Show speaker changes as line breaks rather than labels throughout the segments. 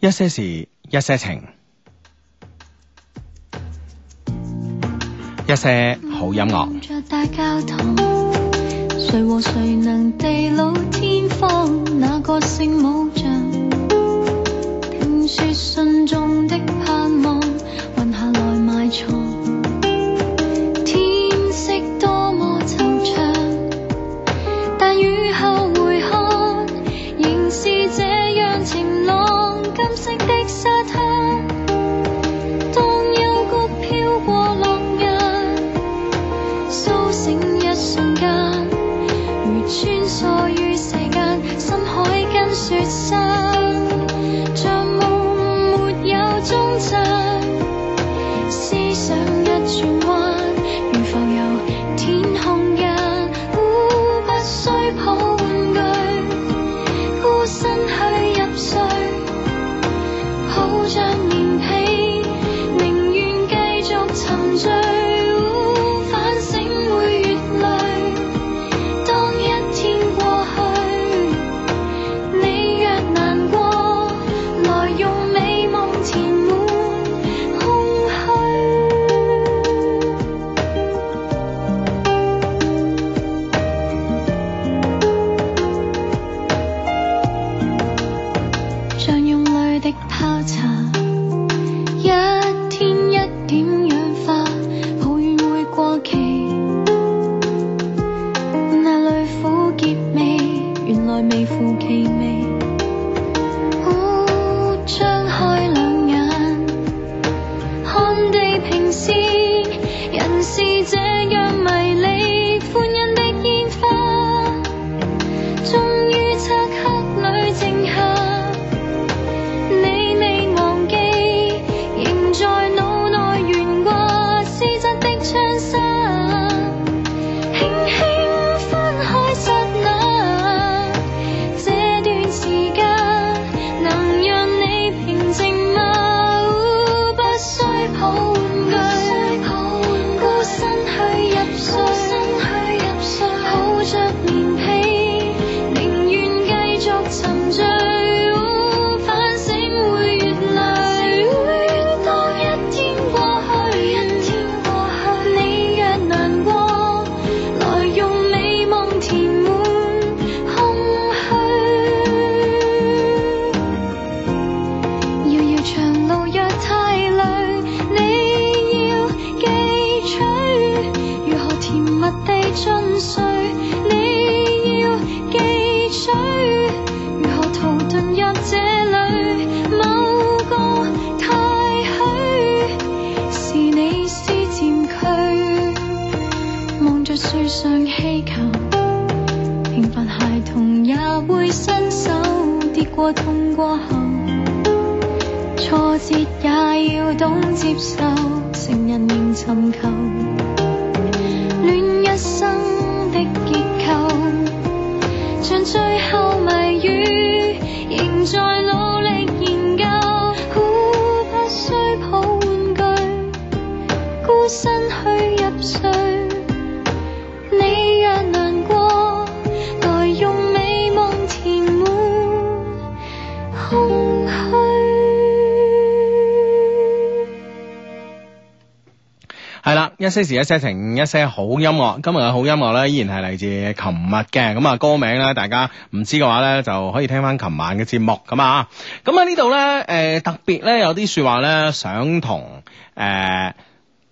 一些事，一些情，一些好音樂。
着大教堂，誰和誰能地老天荒？那個聖母像，聽說信眾的盼望，雲下來埋藏。天色多麼惆悵，但雨後回看，仍是這樣晴朗。金色的沙灘，當幽谷飄過落日。甦醒一瞬間，如穿梭於世間，深海跟雪山，像夢沒有終站。思想一轉彎，如浮遊天空間，呼不需抱玩具，孤身去入睡，抱着棉被，寧願繼續沉醉。呼反省會越累，當一天過去，你若難過，來用美夢填滿空虛。像用淚的泡茶，一天一點氧化，抱怨會過期。那類苦澀味，原來微乎其微。哦，張開兩眼，看地平線，人是這樣迷離，歡欣的煙花，終於漆黑裏靜下。你未忘記，仍在腦內懸掛，絲質的窗紗，輕輕分開剎那。這段時間能讓你平靜嗎？不需抱玩具，孤身去入睡，抱着棉被，寧願繼續沉醉。反省會越累，當一天過去，你若難過，來用美夢填滿空虛。遙遙長路若太累，你要記取如何甜蜜地進睡。你要記取如何逃遁入這裏某個太虛，是你施漸區，望着樹上氣球，平凡孩童也會伸手跌過痛過後。挫折也要懂接受，成人仍尋求戀一生的結構，像最後謎語，仍在努力研究。苦不需抱玩具，孤身去入睡。你若難過，來用美夢填滿空虛。
係啦，一些事，一些情，一些好音樂。今日嘅好音樂咧，依然係嚟自琴日嘅。咁啊，歌名咧，大家唔知嘅話咧，就可以聽翻琴晚嘅節目咁啊。咁喺呢度咧，誒、呃、特別咧有啲説話咧，想同誒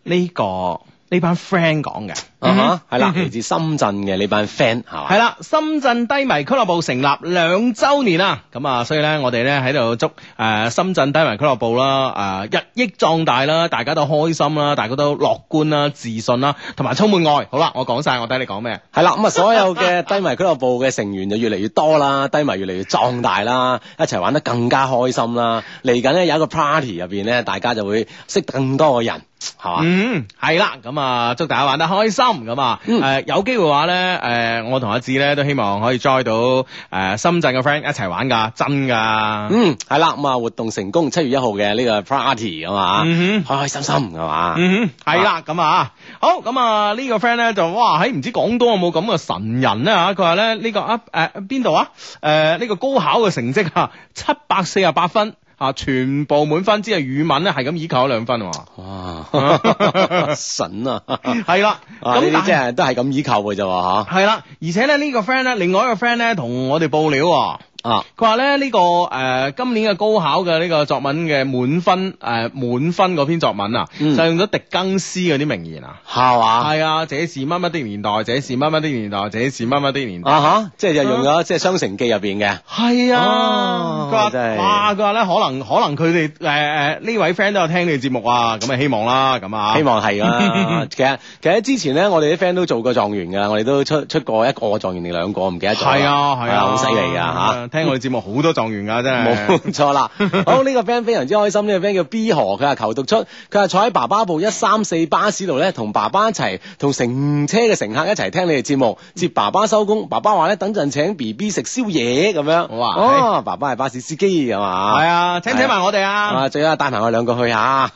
呢個呢班 friend 講嘅。
啊哈，係啦，
嗯
嚟自深圳嘅呢班 friend 係嘛？
系啦，深圳低迷俱樂部成立兩週年啦，咁啊，所以咧，我哋咧喺度祝誒、呃深圳低迷俱樂部啦，誒、呃日益壯大啦，大家都開心啦，大家都樂觀啦、自信啦，同埋充滿愛。好啦，我講晒，我睇你講咩？
係啦，咁啊，所有嘅低迷俱樂部嘅成員就越嚟越多啦，低迷越嚟越壯大啦，一齊玩得更加開心啦。嚟緊咧有一個 party 入邊咧，大家就會識更多嘅人，係嘛？
嗯，係啦，咁啊，祝大家玩得開心咁啊！誒、
嗯
有機會嘅話咧，誒、我同阿志咧都希望可以 join 到誒、深圳嘅 friend 一齊玩㗎，真㗎。
嗯，係啦，咁啊活動成功，七月一號嘅呢個 party 啊嘛，
嗯
開開心心係嘛？
嗯哼，係啦，咁啊，好，咁啊呢個 friend 咧就哇，喺唔知廣東有冇咁嘅神人咧吓，佢話啊咧呢個啊誒邊度啊誒呢個高考嘅成績啊七百四十八分。啊，全部滿分，只係語文咧係咁依靠咗兩分喎。
啊哇， 神啊！
係啦，
啊呢
咁
啲
但
真
係
係都係咁依靠嘅咋喎嚇
係啦，而且咧呢個 friend 咧，另外一個 friend 咧同我哋報料喎。
啊！
佢話咧呢個誒、呃今年嘅高考嘅呢個作文嘅滿分誒、呃、滿分嗰篇作文啊，
嗯
就用咗狄更斯嗰啲名言啊。
係嘛？
係啊，這是乜乜的年代，這是乜乜的年代，這是乜乜的年代。
啊哈！即係就用咗即係《雙城記》入邊嘅。
係啊
哦，
佢話
真係
哇，佢話咧可能可能佢哋誒誒呢位 friend 都有聽你節目啊，咁啊希望啦，咁啊
希望 係啦，其實其實之前咧，我哋啲 friend 都做過狀元㗎，我哋都出出過一個狀元定兩個，唔記得咗啦。
係啊係啊，
好犀利㗎嚇！
啊！聽我哋節目好多狀元㗎，真係
冇 錯啦。好，呢、個 friend 非常之開心，呢、個 friend 叫 B 河，佢話求讀出，佢話坐喺爸爸部一三四巴士度咧，同爸爸一齊，同乘車嘅乘客一齊聽你哋節目，接爸爸收工。爸爸話咧，等陣請 B B 食宵夜咁樣。
哇
哦，爸爸係巴士司機㗎嘛？
係啊，請唔請埋我哋啊？
啊，最好帶埋我兩個去下。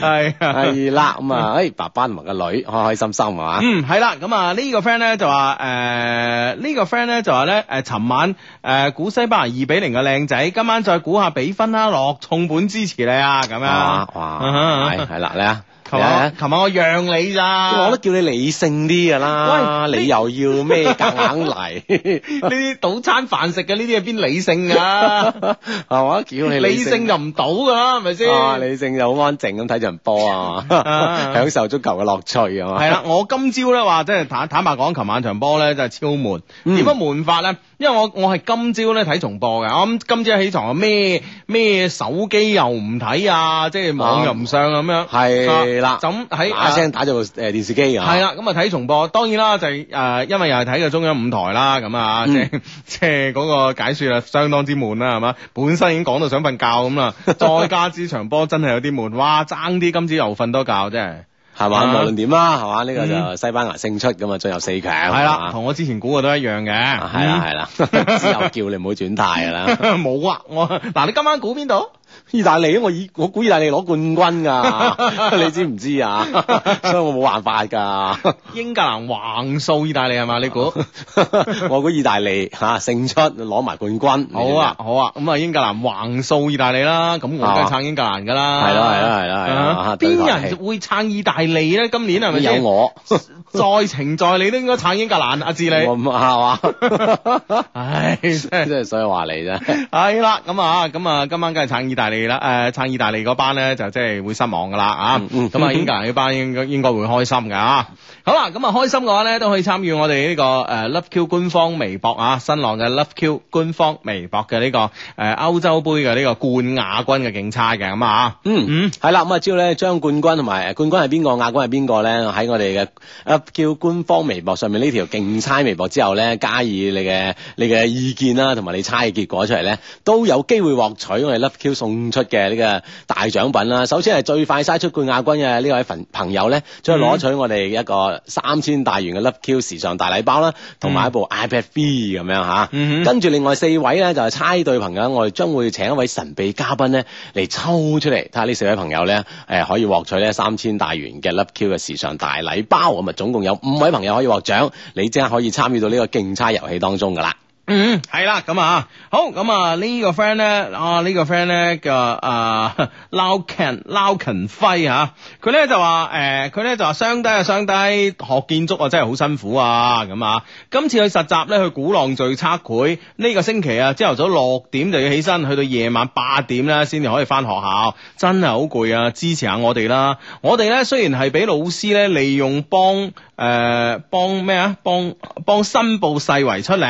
係啊。
係啦，咁啊，誒，爸爸同埋個女開開心心啊。
嗯，係啦，咁啊呢個 friend 咧就話誒呢個 friend 咧就話咧誒，尋晚誒估西班牙二比零嘅靚仔，今晚再估下比分啦，落重本支持你啊，咁樣
哇
嗯
哇，
哼
係係啦，你啊，
琴
你啊
晚，琴晚我讓你咋？
我都叫你理性啲噶啦，
喂
你又要咩夾硬嚟？
呢啲賭餐飯食嘅呢啲係邊理性 噶？
係嘛？叫你
理性就唔賭噶啦，係咪先？
啊，理性就好安靜咁睇場波 啊，
啊
享受足球嘅樂趣啊 嘛。
係啦，我今朝咧話真係坦坦白講，琴晚場波咧真係超悶。
嗯
點解悶法咧？因為我我係今朝咧睇重播嘅，我諗今朝起床我咩咩手機又唔睇啊，即係網又唔上啊咁樣。
係啦
啊就咁喺
打聲打咗部誒電視機啊。
係啦，咁啊睇重播，當然啦，就係誒，因為又係睇嘅中央五台啦，咁啊，
嗯
即係 即係嗰個解説啊，相當之悶啦，係嘛？本身已經講到想瞓覺咁 啦，再加之場波真係有啲悶，哇！爭啲今朝又瞓多覺真係，
係嘛？
啊
無論點啦，係嘛？呢個
嗯
就西班牙勝出咁啊，進入四強。
係啦，
嘛
同我之前估嘅都一樣嘅，
啊係啦
係
係 啦， 之後叫你唔好轉態㗎啦。
冇啊！我嗱，你今晚估邊度？
意大利，我以我估意大利攞冠軍 㗎，你知唔知啊？ 所以我冇辦法㗎。
英格蘭橫掃意大利係嘛？你估？
我估意大利嚇、啊、勝出攞埋冠軍。
好啊，好啊，咁啊，英格蘭橫掃意大利啦，咁我梗係撐英格蘭噶啦，
係咯係咯係咯係咯
啊
對台
邊
戲
人會撐意大利咧？今年係
你
咪
知唔知啊，
先？
有我，
在情在理都應該撐英格蘭，阿志
我
你，
唔 係嘛，
唉，真
即
係
係所以話你啫。
係啦，咁啊，咁啊，今晚梗係撐意大利啦，誒、撐意大利嗰班咧就即係會失望噶啦啊，
嗯嗯
咁啊、英格蘭嗰班應該應該會開心噶啊，好啦，咁啊開心嘅話咧都可以參與我哋呢、個誒、Love Q 官方微博啊，新浪嘅 Love Q 官方微博嘅呢、個誒、歐洲杯嘅呢個冠亞軍嘅競猜嘅咁啊，
嗯
嗯，
係啦，咁啊，只要咧將冠軍同埋誒冠軍係邊個，亞軍係邊個咧，喺我哋嘅 Up Q 官方微博上面呢條競猜微博之後咧，加以你嘅你嘅意見啦，同埋你猜嘅結果出嚟咧，都有機會獲取我哋 Love Q 送出嘅呢個大獎品啦。首先係最快猜出冠亞軍嘅呢位朋朋友咧，將攞取我哋一個三千大元嘅 Love Q 時尚大禮包啦，同埋一部 iPad Free 咁樣吓。
嗯哼
跟住另外四位啊咧就係猜對朋友，我哋將會請一位神秘嘉賓咧嚟抽出嚟，睇下呢四位朋友咧誒、可以獲取咧三千大元嘅 Love Q 嘅時尚大禮包，咁啊總共有五位朋友可以獲獎，你即刻可以參與到呢個競猜遊戲當中噶啦。
嗯，係啦，咁啊，好，咁啊呢個 friend 咧，啊呢個 friend 咧嘅啊撈勤撈勤輝吓，佢咧就話誒，佢咧就話雙低啊雙低，學建築啊真係好辛苦啊，咁啊，今次去實習咧去鼓浪嶼測繪，呢個星期啊朝頭早六點就要起身，去到夜晚八點咧先至可以翻學校，真係好攰啊，支持下我哋啦，我哋咧雖然係俾老師咧利用幫誒幫咩啊幫幫申報世圍出力。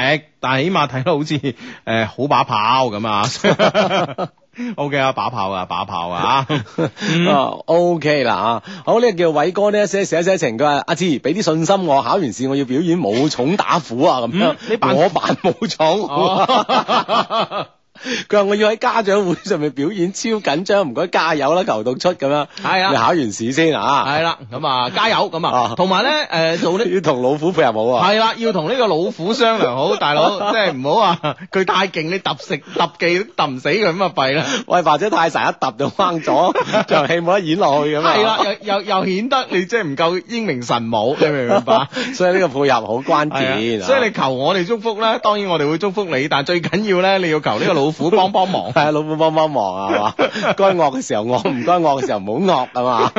但係起碼睇到好似誒、呃好把炮咁啊 ！OK 啊，把炮啊，把炮啊！
啊，OK 啦啊，好呢、個叫偉哥呢，一些事一些情，佢話阿志俾啲信心我，考完試我要表演武松打虎啊咁樣
嗯，你扮
我扮武松。
哦
佢話我要喺家長會上面表演超緊張，唔該加油啦，求讀出咁樣。
係啊
你考完試先啊，
係啦，咁啊，加油咁啊！
啊
同埋咧誒做呢。
要同老虎配合好啊。
係啦，要同呢個老虎商量 好，大佬，即係唔好話佢太勁，你揼食揼技揼唔死佢咁啊弊啦。
喂，或者太神一揼就 掹咗，場戲冇得演落去咁啊。
係啦，又又又顯得你即係唔夠英明神武，你明唔明 白？
所以呢個配合好關
係
鍵
啊
啊。
所以你求我哋祝福咧，當然我哋會祝福你，但係最緊要咧，你要求呢個老老虎幫幫 忙
系。啊，老虎幫幫忙啊，係嘛？ 該惡嘅時候惡，唔該惡嘅時候唔好惡啊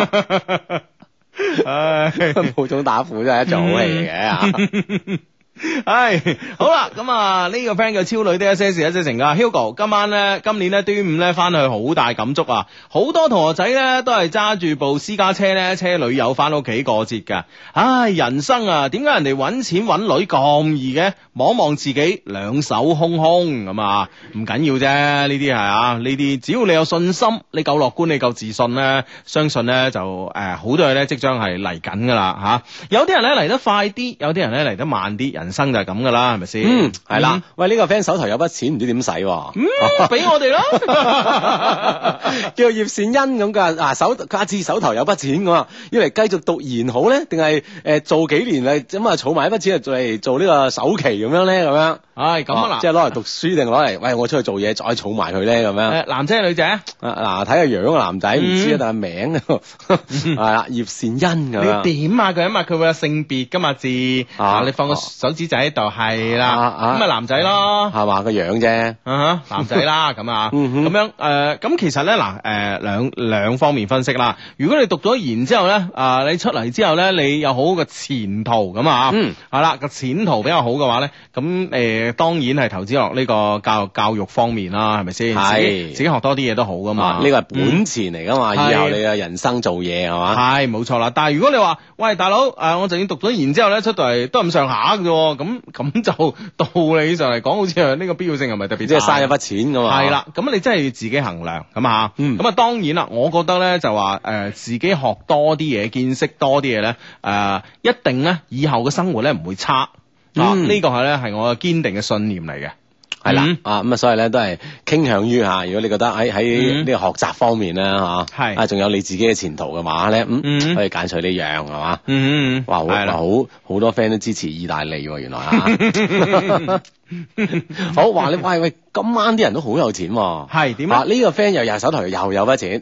嘛。
唉，
武種打虎真係一場好戲嚟嘅啊！
嗯 唉，好啦，咁啊呢個 friend 叫超女的一些事一些情啊，Hugo 今晚咧，今年咧端午咧翻去好大感觸啊，好多同學仔咧都係揸住部私家車咧車女友翻屋企過節㗎。唉，人生啊，點解人哋揾錢揾女咁易嘅？望一望自己兩手空空咁啊，唔緊要啫，呢啲係啊，呢啲只要你有信心，你夠樂觀，你夠自信咧，相信咧就誒好多嘢咧即將係嚟緊噶啦嚇。有啲人咧嚟得快啲，有啲人咧嚟得慢啲，人生就係咁噶啦，係咪先？
嗯，係啦，喂，呢個 friend 手頭有筆錢，唔知點使喎。哦
嗯，俾我哋啦。
叫葉善恩咁噶，啊手佢阿志手頭有筆錢咁啊，要嚟繼續讀研好咧，定係誒做幾年嚟咁啊，儲埋一筆錢嚟做呢個首期咁樣咧，咁樣哦
唉，咁啊嗱，
即係攞嚟讀書定攞嚟， 喂我出去做嘢再儲埋佢咧，咁樣
誒男仔女仔，
啊嗱睇下樣個男仔唔知
嗯，
啊但係 名係啦，葉善恩咁樣
你。點啊佢啊嘛，佢會有性別噶嘛字，
啊
啊你放個
啊
手指仔喺度係
啊
啦，
啊
咁咪男仔咯。
係嘛個樣啫，
啊哈，男仔啦， 咁啊，
嗯
咁
哼
樣誒，呃咁、其實咧嗱，誒兩兩方面分析啦。如果你讀咗研之後咧，啊、你出嚟之後咧，你有好好嘅前途咁啊，
嗯，
係啦，個前途比較好嘅話咧，咁誒、呃、當然係投資落呢個教育教育方面啦，係咪先？
係
自己自己學多啲嘢都好噶嘛
啊，呢個係本錢嚟噶嘛，
嗯
以後
係
你嘅人生做嘢係嘛，
係冇錯啦，但係如果你話喂大佬，誒、我就算讀咗研之後咧，出到嚟都係咁上下嘅喎，咁咁就 道理上嚟講，好似係呢個必要性係咪特別
即係
大
嘥一筆錢噶嘛，
係啦，咁你真係要自己衡量咁啊，
嗯
咁啊當然啦，我覺得咧就話誒、呃自己學多啲嘢，見識多啲嘢咧，誒、一定咧以後嘅生活咧唔會差。啊！
嗯
呢個係咧係我嘅堅定嘅信念嚟嘅，
係啦
嗯，
啊咁啊，所以咧都係傾向於啊嚇，如果你覺得喺喺
嗯
呢個學習方面咧嚇，
係
啊仲有你自己嘅前途嘅話咧，
嗯
嗯，可以揀取呢樣係嘛，
嗯
哇好
係
哇
啦，
好好多 friend 都支持意大利喎，原來啊， 好話你喂喂，今晚啲人都好有錢喎，
係點啊
啊呢個 friend 又又手頭又有 筆錢。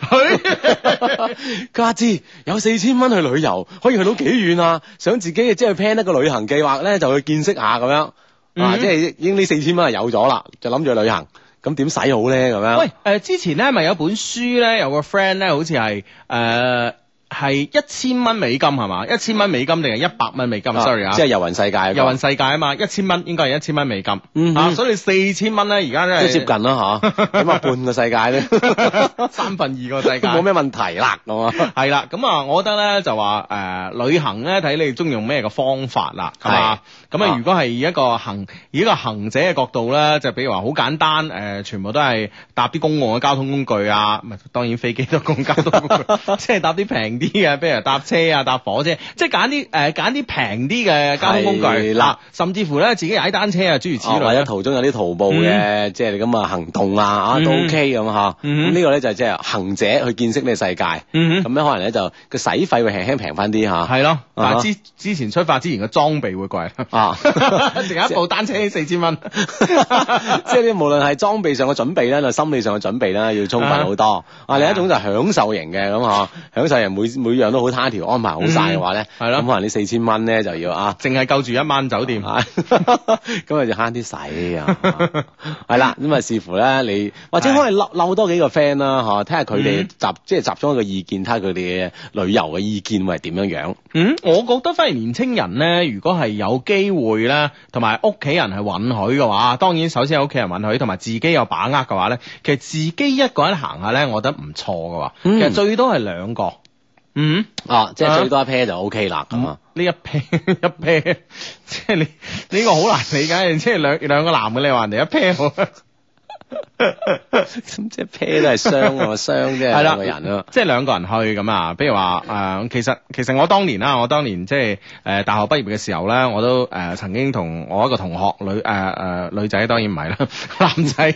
佢話知有四千蚊去旅遊，可以去到幾遠啊？想自己即係 plan 一個旅行計劃咧，就去見識下咁樣，啊，
嗯
即係已經呢四千蚊係有咗啦，就諗住去旅行，咁點使好咧？咁樣
喂，誒、呃之前咧咪有本書咧，有個 friend 咧，好似係誒係一千蚊美金係嘛？一千蚊美金定係一百蚊美金？sorry 啊，
即係遊雲世界嗰個，
遊運世界啊嘛，一千蚊應該係一千蚊美金、
嗯哼
啊，所以四千蚊咧而家
都
咧
接近啦吓，起碼半個世界咧，
三分二個 世界。
冇咩問題啦，咁啊，
係啦，咁啊，我覺得咧就話誒、旅行咧睇你中意用咩嘅方法啦，係嘛？咁啊，
啊
如果係以一個行以一個行者嘅角度咧，就比如話好簡單誒、全部都係搭啲公共嘅交通工具啊，唔係當然飛機都係公共交通工具， 即係搭啲平啲嘅，譬如搭車啊、搭火車，即係揀啲誒揀啲平啲嘅交通工具
係啦
啊甚至乎咧自己踩單車啊， 諸如此
哦或
類
者
啦。
途中有啲徒步嘅，即係你咁啊行動啊，啊都
嗯
OK 咁吓，
嗯
咁呢個咧就係即係行者去見識呢個世界，咁
嗯
咧可能咧就個使費會輕輕平翻啲吓，
哼，係咯，但
啊哈
係之之前出發之前嘅裝備會貴。
啊。
淨係一部單車四千 蚊，
即係你無論係裝備上嘅準備啦，定係心理上嘅準備啦，要充分好多。啊，另一種就係享受型嘅咁嗬，享受型每每樣都好他條安排好晒嘅話咧，
嗯係咯
咁可能呢四千蚊咧就要啊。
淨係夠住一晚酒店。
啊 咁啊就慳啲使 啊，係啦，咁啊視乎咧你，或者可以漏漏多幾個 friend 啦，嗬，睇下佢哋
嗯
集即係集中一個意見，睇下佢哋嘅旅遊嘅意見會係點樣樣。
嗯，我覺得反而年青人咧，如果係有機會咧，同埋屋企人係允許嘅話，當然首先係屋企人允許，同埋自己有把握嘅話咧，其實自己一個人行下咧，我覺得唔錯嘅喎。
嗯
其實最多係兩個。嗯，
啊，即
啊嗯
係最多一 pair 就 OK 啦，咁啊
呢。一 pair 一 pair，即係你你呢個好難理解，即係兩兩個男嘅你話人哋一 pair 好。
咁即係 pair 都係啊 雙喎，雙即係
係啦嗯
兩個人啊。
即係兩個人去咁啊。比如話誒、呃其實其實我當年啊啦，我當年即係誒大學畢業嘅時候咧，我都誒、呃曾經同我一個同學女誒誒、呃女仔當然唔係啦， 男仔。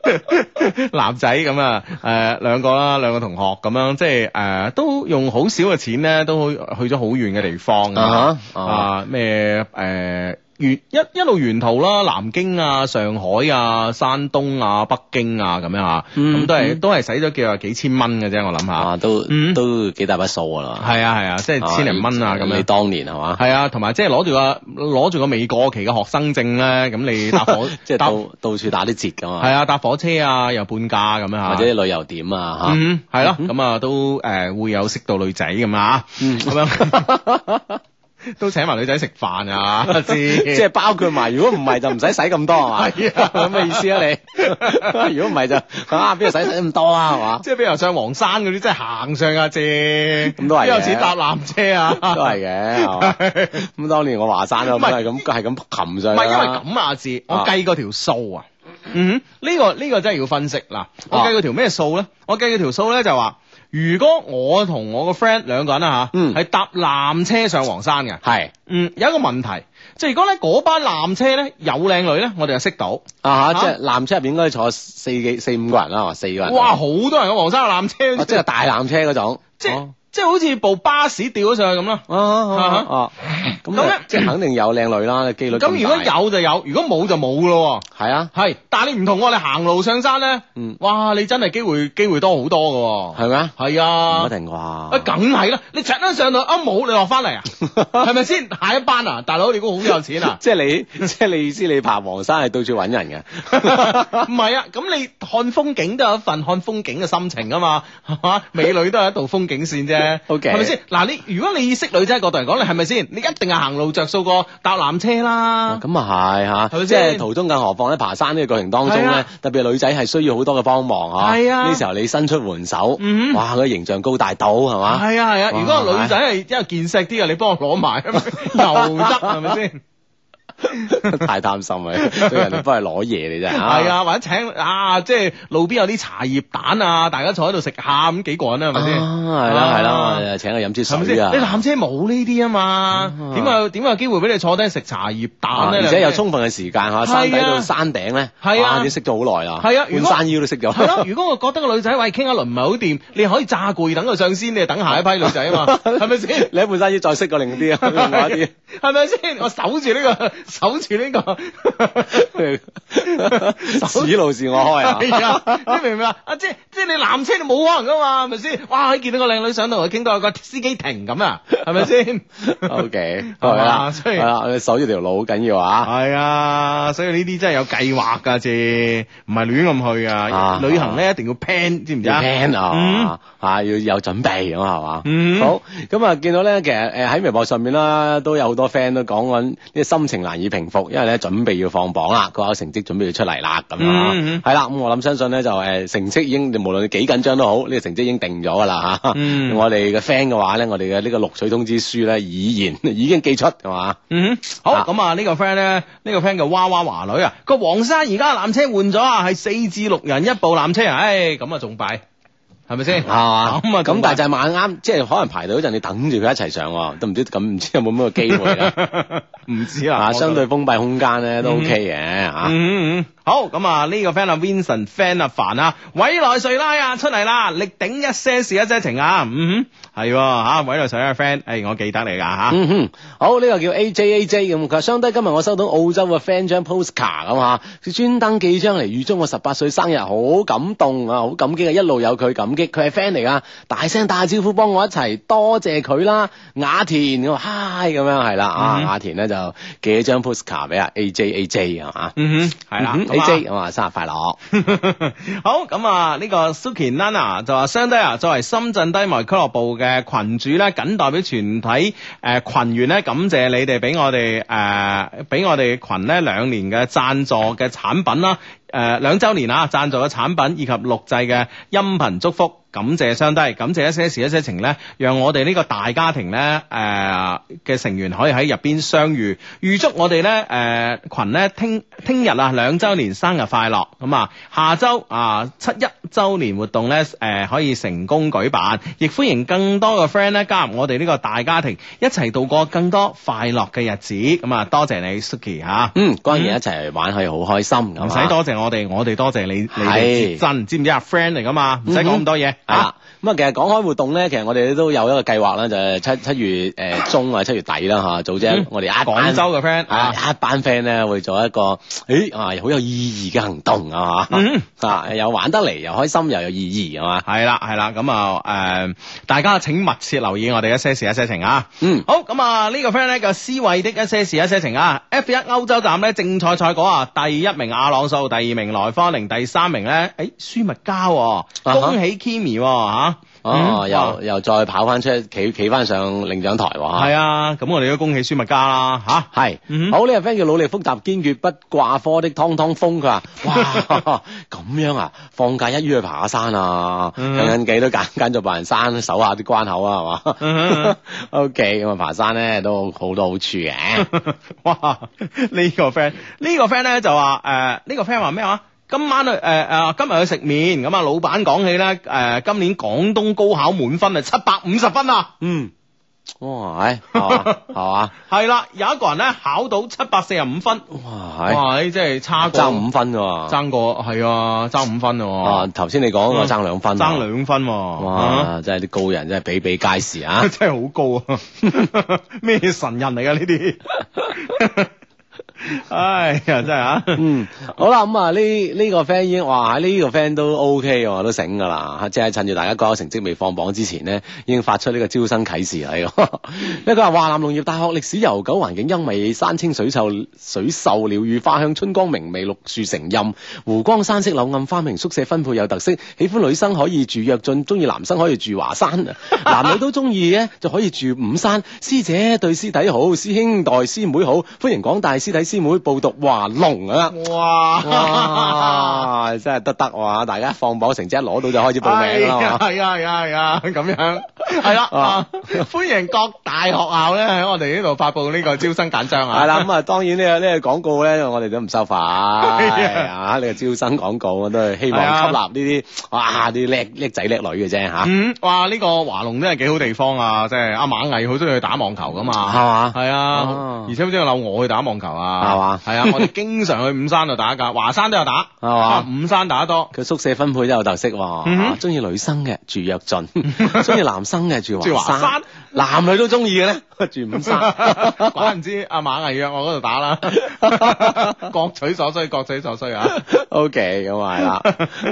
男仔咁啊，誒、兩個啦，兩個同學咁樣，即係誒、呃都用
啊
好少嘅錢咧，都去去咗好遠嘅地方
啊哈啊
啊啊咩誒沿一一路沿途啦，南京啊、上海啊、山東啊、北京啊咁樣啊，
嗯
咁都係
嗯
都係使咗叫啊幾千蚊嘅啫，我諗下。
啊，都
嗯
都幾大筆數噶啦，
係啊係啊，即係千零蚊啊咁
你
樣。
當年係嘛？
係啊，同埋即係攞住個攞住個未過期嘅學生證咧，咁你搭火
即係
搭
到到處打啲折噶嘛，
係啊搭火車啊又半價咁樣
或
嚇
者。啲旅遊點啊嚇。
嗯，係咯，咁啊都诶会有識到女仔咁啊，
嗯
咁樣 都請埋女仔食飯啊， 知
即係包括埋，如果唔係就唔使使咁多係嘛？
係啊
咁嘅意思啊你？如 果唔係就啊，邊度使使咁多啊 係嘛？
即係比如上黃山嗰啲，真係行上啊啫，
咁都係嘅
邊有錢搭纜車啊，
都係嘅，係嘛？咁當年我華山啊，咁
唔係
係咁係咁擒上
唔
去
係因為
啦。
咁啊，字我
啊
計過條數啊。嗯哼，呢、個呢、個真係要分析嗱。
啊
我計過條咩數咧？我計過條數咧就話，如果我同我個 friend 兩個人啊啦吓，
嗯
係搭纜車上黃山嘅。
係
嗯，有一個問題，即係如果咧嗰班纜車咧有靚女咧，我哋就識到。
啊
啊
嚇，即係纜車入邊應該坐四幾四五個人啦，係啊嘛？四個人。
哇，好多人嘅黃山嘅纜車，
啊！即係哦大纜車嗰種。
即係即係好似部巴士吊咗上去咁啦。
哦哦哦哦，咁
咁咧
咧即係肯定有靚女啦，機率
咁如果有就有，如果冇就冇咯
係啊，
喎。係，但係你唔同喎，你行路上山咧，
嗯，
哇！你真係機會機會多好多嘅
係咪啊？
喎。係
唔
啊
一，定啩？
啊
啊
梗係啦，你陣間上到啊冇，你落翻
？
嚟啊，係咪先？下一班啊，大佬你估好有錢啊
即係你，即係你意思，你爬黃山係到處揾人嘅。
唔係啊，咁你看風景都有一份看風景嘅心情啊嘛，係嘛？美女都係一道風景線啫
OK
係咪先？嗱，你如果你以識女仔角度嚟講，你係咪先？你一定係行路着數過搭纜車啦。
咁啊係
係咪
嚇，即
先
係途中更何況咧，爬山呢個過程當中
係
咧
啊，
特別係女仔係需要好多嘅幫忙嚇。
係啊
呢時候你伸出援手
嗯，
哇！佢形象高大到係嘛？
係啊係啊，
哇
如果個女仔係因為健碩啲嘅，你幫我攞埋又得 係咪先？
太擔心啊！對人哋幫佢攞嘢你真 係
係，啊，或者請啊，即係路邊有啲茶葉蛋啊，大家坐喺度食下咁幾個人啊，係咪先？
啊係啦係啦，請佢飲支
係咪
水
先？
啊！
你纜車冇呢啲啊嘛，
啊
點有點有機會俾你坐低食茶葉
啊
蛋咧？
而且
你知唔
有
知
充分嘅時間
係
嚇，
啊
山底到山頂咧，
係啊
哇你識咗好耐啦，
係啊如
半
果
山腰都識咗，
係咯，如果我覺得個女仔喂傾一輪唔係好掂，你可以炸攰等佢上先，你就等下一批女仔啊 嘛，係咪先？
你喺半山腰再識過 另啲啊，另外一
係咪先？我守住呢、個，守住呢、 個。
啲，此路是我開啊！
係啊，你明唔明啊？啊，即係即係你纜車你冇可能噶嘛，係咪先？哇！見到個靚女上到嚟，傾到有個司機停咁啊，係咪 先
O K，
係
係
嘛
啦，
所以
係啦，你守住條路好緊要啊！
係啊，所以呢啲真係有計劃㗎，啫，唔係亂咁去啊
啊！
旅行咧一定要 plan，知唔知
要
啊？
plan
嗯
啊，啊要有準備咁啊係嘛？
嗯
好咁啊，見到咧，其實誒喺微博上面啦，都有好多 friend 都講緊啲心情難以平復，因為咧準備要放榜啦，佢話有成績準備要出嚟啦咁
嗯嗯
啊，係啦，咁我諗相信咧就誒成績已經無論你幾緊張都好，呢個成績已經定咗㗎啦嚇。
嗯
我哋嘅 friend 嘅話咧，我哋嘅呢個錄取通知書咧已然 已經寄出係嘛？
嗯，好
啊
咁啊！呢個 friend 咧，呢個 friend 叫娃娃華女啊，個黃山而家纜車換咗啊，係四至六人一部纜車啊，唉，咁啊仲弊，係咪先？
係嘛？
咁啊
咁
仲弊
但係就係晚啱，即係可能排隊嗰陣，你等住佢一齊上喎，都唔知咁唔知有冇咩機會啦。
唔知啦，
啊，
我覺得
相對封閉空間咧都
嗯
OK 嘅啊。
嗯嗯嗯，好咁啊！呢個 friend 啊，Vincent friend 啊，凡啊，委內瑞拉啊出嚟啦，力頂一些事一些情啊，嗯哼，係喎嚇，委內瑞拉嘅 friend，誒我記得你㗎啊嚇，
嗯哼，好呢、個叫 A J A J 咁，佢話相低今日我收到澳洲嘅 friend 張 postcard 咁嚇，佢專登寄張嚟預祝我十八歲生日，好感動啊，好感激啊，一路有佢感激，佢係 friend 嚟噶，大聲打招呼幫我一齊多謝佢啦，雅田咁啊 hi 咁樣係啦啊，
嗯
雅田咧就寄咗張 postcard 俾阿 A J A J 啊嘛，
嗯哼，係啦
嗯哼
咁啊
A J 咁啊生日快樂。
好咁啊！呢、個 Suki Nana 就話：相低啊，作為深圳低迷俱樂部嘅群主咧，僅代表全體誒、呃群員咧，感謝你哋俾我哋誒俾我哋群咧兩年嘅贊助嘅產品啦，誒、兩週年啊贊助嘅產品以及錄製嘅音頻祝福。感謝相低，感謝一些事一些情咧，讓我哋呢個大家庭咧誒嘅成員可以喺入邊相遇。預祝我哋咧誒群咧聽聽日啊兩週年生日快樂咁啊！下週啊七一周年活動咧，誒、可以成功舉辦，亦歡迎更多嘅 friend 咧加入我哋呢個大家庭，一齊度過更多快樂嘅日子。咁啊，多謝你 Suki 吓，
嗯，關鍵一齊玩可以好開心，咁
唔
啊
使多謝我哋，我哋多謝你，你哋
係
真知唔知啊？friend 嚟噶嘛，唔使講咁多嘢
係啦。咁啊，其實講開活動咧，其實我哋都有一個計劃啦，就係七七月誒中啊，七月底啦
嗯
嚇，組織我哋一
廣
班
州嘅 friend
啊
啊，
一班 friend 咧會做一個誒啊好有意義嘅行動啊
嗯
嚇，啊又玩得嚟，又開心，又有意義啊嘛，
係啦係啦，咁啊誒，大家請密切留意我哋一些事一些情啊。
嗯。
好咁啊！呢個 friend 咧叫思慧的一些事一些情啊，F 一歐洲站咧正賽賽果啊，第一名阿朗素，第二名萊科寧，第三名咧，誒舒密嘉喎，
啊哈
恭喜 Kimi 喎嚇！
哦，
嗯
又又再跑翻出去企企翻上領獎台喎，
係啊，咁我哋都恭喜舒密嘉啦嚇！
係
嗯，
好呢個 friend 叫努力複習，堅決不掛科的湯湯風，佢話：哇， 咁樣啊，放假一於去爬下山啊，
嗯
近近幾都揀揀咗白雲山，守下啲關口啊，係
嗯
嘛？OK，咁啊，爬山咧都好多好 處嘅，
哇！呢、個 friend 呢個 friend 咧就話誒呢個 friend 話咩話？今晚去誒誒、呃今日去食麵咁啊！老闆講起咧誒、呃今年廣東高考滿分啊，七百五十分啊！
嗯，哇，係係嘛，係嘛，
係啦，有一個人咧考到七百四十五分，
哇，
哇！你真係差
係
過
哎爭五分喎，
爭過係啊，爭五分
啊，
喎，嗯
頭先你講嗰個爭兩分，
爭，兩分喎，啊！
哇，真係啲高人真係比比皆是啊
真係好高啊！咩神人嚟㗎呢 啲？唉呀，真係啊！
嗯，好啦，咁啊呢呢個 friend 已經哇呢個 friend 都 OK 喎，都醒㗎啦，即係趁住大家高考成績未放榜之前咧，已經發出呢個招生啟示啦。呢 個呢個話華南農業大學歷史悠久環境優美，山清水秀，水秀鳥語花香，春光明媚，綠樹成蔭，湖光山色柳暗花明，宿舍分配有特色，喜歡女生可以住躍進，中意男生可以住華山， 男女都中意嘅就可以住五山。師姐對師弟好，師兄待師妹好，歡迎廣大師弟師妹報讀華農啊！
哇！
哇！真係得得哇！大家放榜成績一攞到就開始報名啦嘛。
係啊係啊係啊，咁樣係啦啊
啊！
歡迎各大學校咧喺我哋呢度發布呢個招生簡章啊！
係啦，咁啊，當然呢個呢個廣告咧，我哋都唔收費啊！呢個招生廣告我都係希望
係啊
吸納呢啲哇啲叻叻仔叻女嘅啫嚇，係
嗯，哇！呢、個華龍真係幾好地方啊，即係阿馬毅好中意去打網球噶嘛。
嘛？
係啊
哦，
而且好中意扭我去打網球啊，
係嘛
係啊，我哋經常去五山度打㗎，華山都有打，
係嘛
啊五山打得多，
佢宿舍分配都有特色
嗯
喎，
哼
中意女生嘅住躍 進，中意男生嘅住
住華
華
山
山，男女都中意嘅咧 住五山。
怪唔知阿馬毅約我嗰度打啦， 各取所需，各取所需啊！
O K，咁啊 係啦，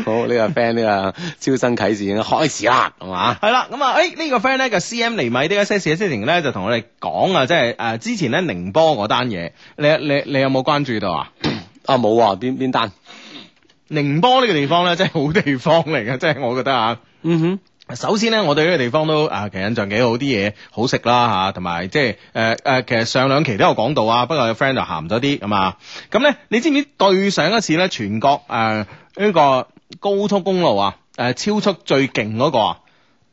好呢、個 friend 呢個招生啟事已經開始啦，係嘛？
係啦，咁啊，誒、呢個 friend 咧嘅 C.M. 尼米啲一些事一些情咧，就同我哋講啊，即係誒之前咧寧波嗰單嘢，你你你有冇關注到啊？
啊冇喎，邊邊單？
寧波呢個地方咧，真係好地方嚟嘅，即 係我覺得啊。
嗯
首先咧，我對呢個地方都啊，其實印象幾好，啲嘢好食啦吓，同埋即係誒誒，其實上兩期都有講到啊，不過有 friend 就鹹咗啲咁啊。咁咧，你知唔知對上一次咧，全國誒呢、個高速公路啊，誒、超速最勁嗰個啊，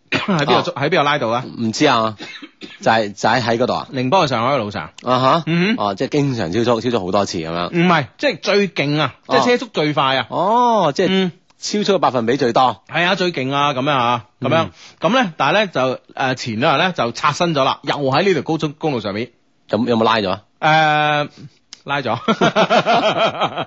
喺邊度喺邊度拉到啊？
哼，唔知啊，就係、就喺喺嗰度啊，
寧波去上海嘅路上。
啊吓，
嗯哼嗯
哦，即係經常超速，超速好多次咁樣。
唔係，即係最勁啊！即
哦
係車速最快啊！
哦，即係
嗯，
超速嘅百分比最多。
係啊，最勁啊！咁樣啊，
嗯
咁樣咁咧，但係咧就誒、呃前兩日咧就刷新咗啦，又喺呢條高速公路上面誒、
咁有冇拉咗啊？
呃拉咗。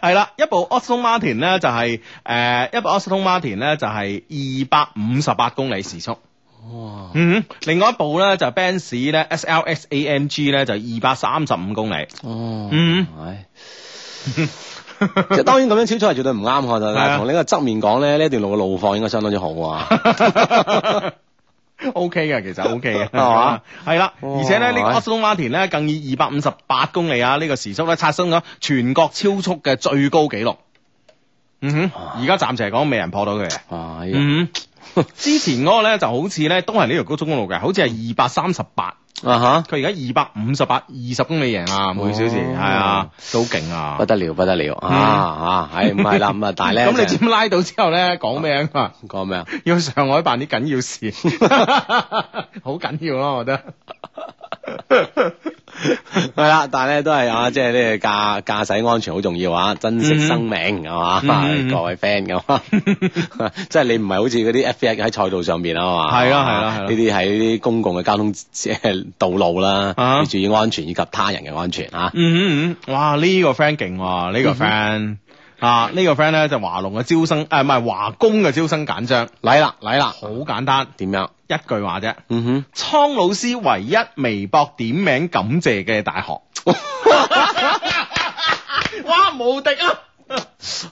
係啦，一部 Aston Martin 咧就係、呃一部 Aston Martin 咧就係二百五十八公里時速。
哇！
嗯哼，另外一部咧就 Benz 咧 SLS AMG 咧就二百三十五公里。
哦，
嗯
唉。其實當然咁樣超速係絕對唔啱我覺得，
係啊
但係同呢個側面講咧，呢一段路嘅路況應該相當之好啊。
O K 嘅，其實 O K 嘅，
係嘛？哦
係啦，
哇
而且咧呢個 Aston Martin 咧更以二百五十八公里啊呢個時速咧刷新咗全國超速嘅最高紀錄。嗯
哇
哼，而家暫時嚟講未人破到佢嘅。
哇！呢個
嗯 哼，之前嗰個咧就好似咧都係呢條高速公路嘅，好似係二百三十八，
啊哈。
佢而家二百五十八，二十公里贏啊，每小時
哦
係啊，都好勁啊
不！得了，不得了啊！吓，係唔係啦？咁啊，但係咧，
嗯 咁你知唔知拉到之後咧講咩啊？
講咩啊？
要上海辦啲緊要事，好緊要咯，我覺得。
系啦，但系咧都 係啊，即係呢個駕駕駛安全好重要啊，珍惜生命係嘛，
嗯
各位 friend 咁啊，即係你唔係好似嗰啲 F1 喺賽道上面啊嘛，
係啦係啦係啦
呢啲喺呢啲公共嘅交通即係道路啦，
啊
要注意安全以及他人嘅安全啊。
嗯嗯嗯，哇！呢、個 friend 勁喎，呢、個 friend、啊，呢、個 friend 咧就華龍嘅招生，啊誒唔係華工嘅招生簡章，
嚟啦嚟啦，
好簡單，
點樣？
一句話啫。
嗯哼。
蒼老師唯一微博點名感謝嘅大 學，哇無敵啊！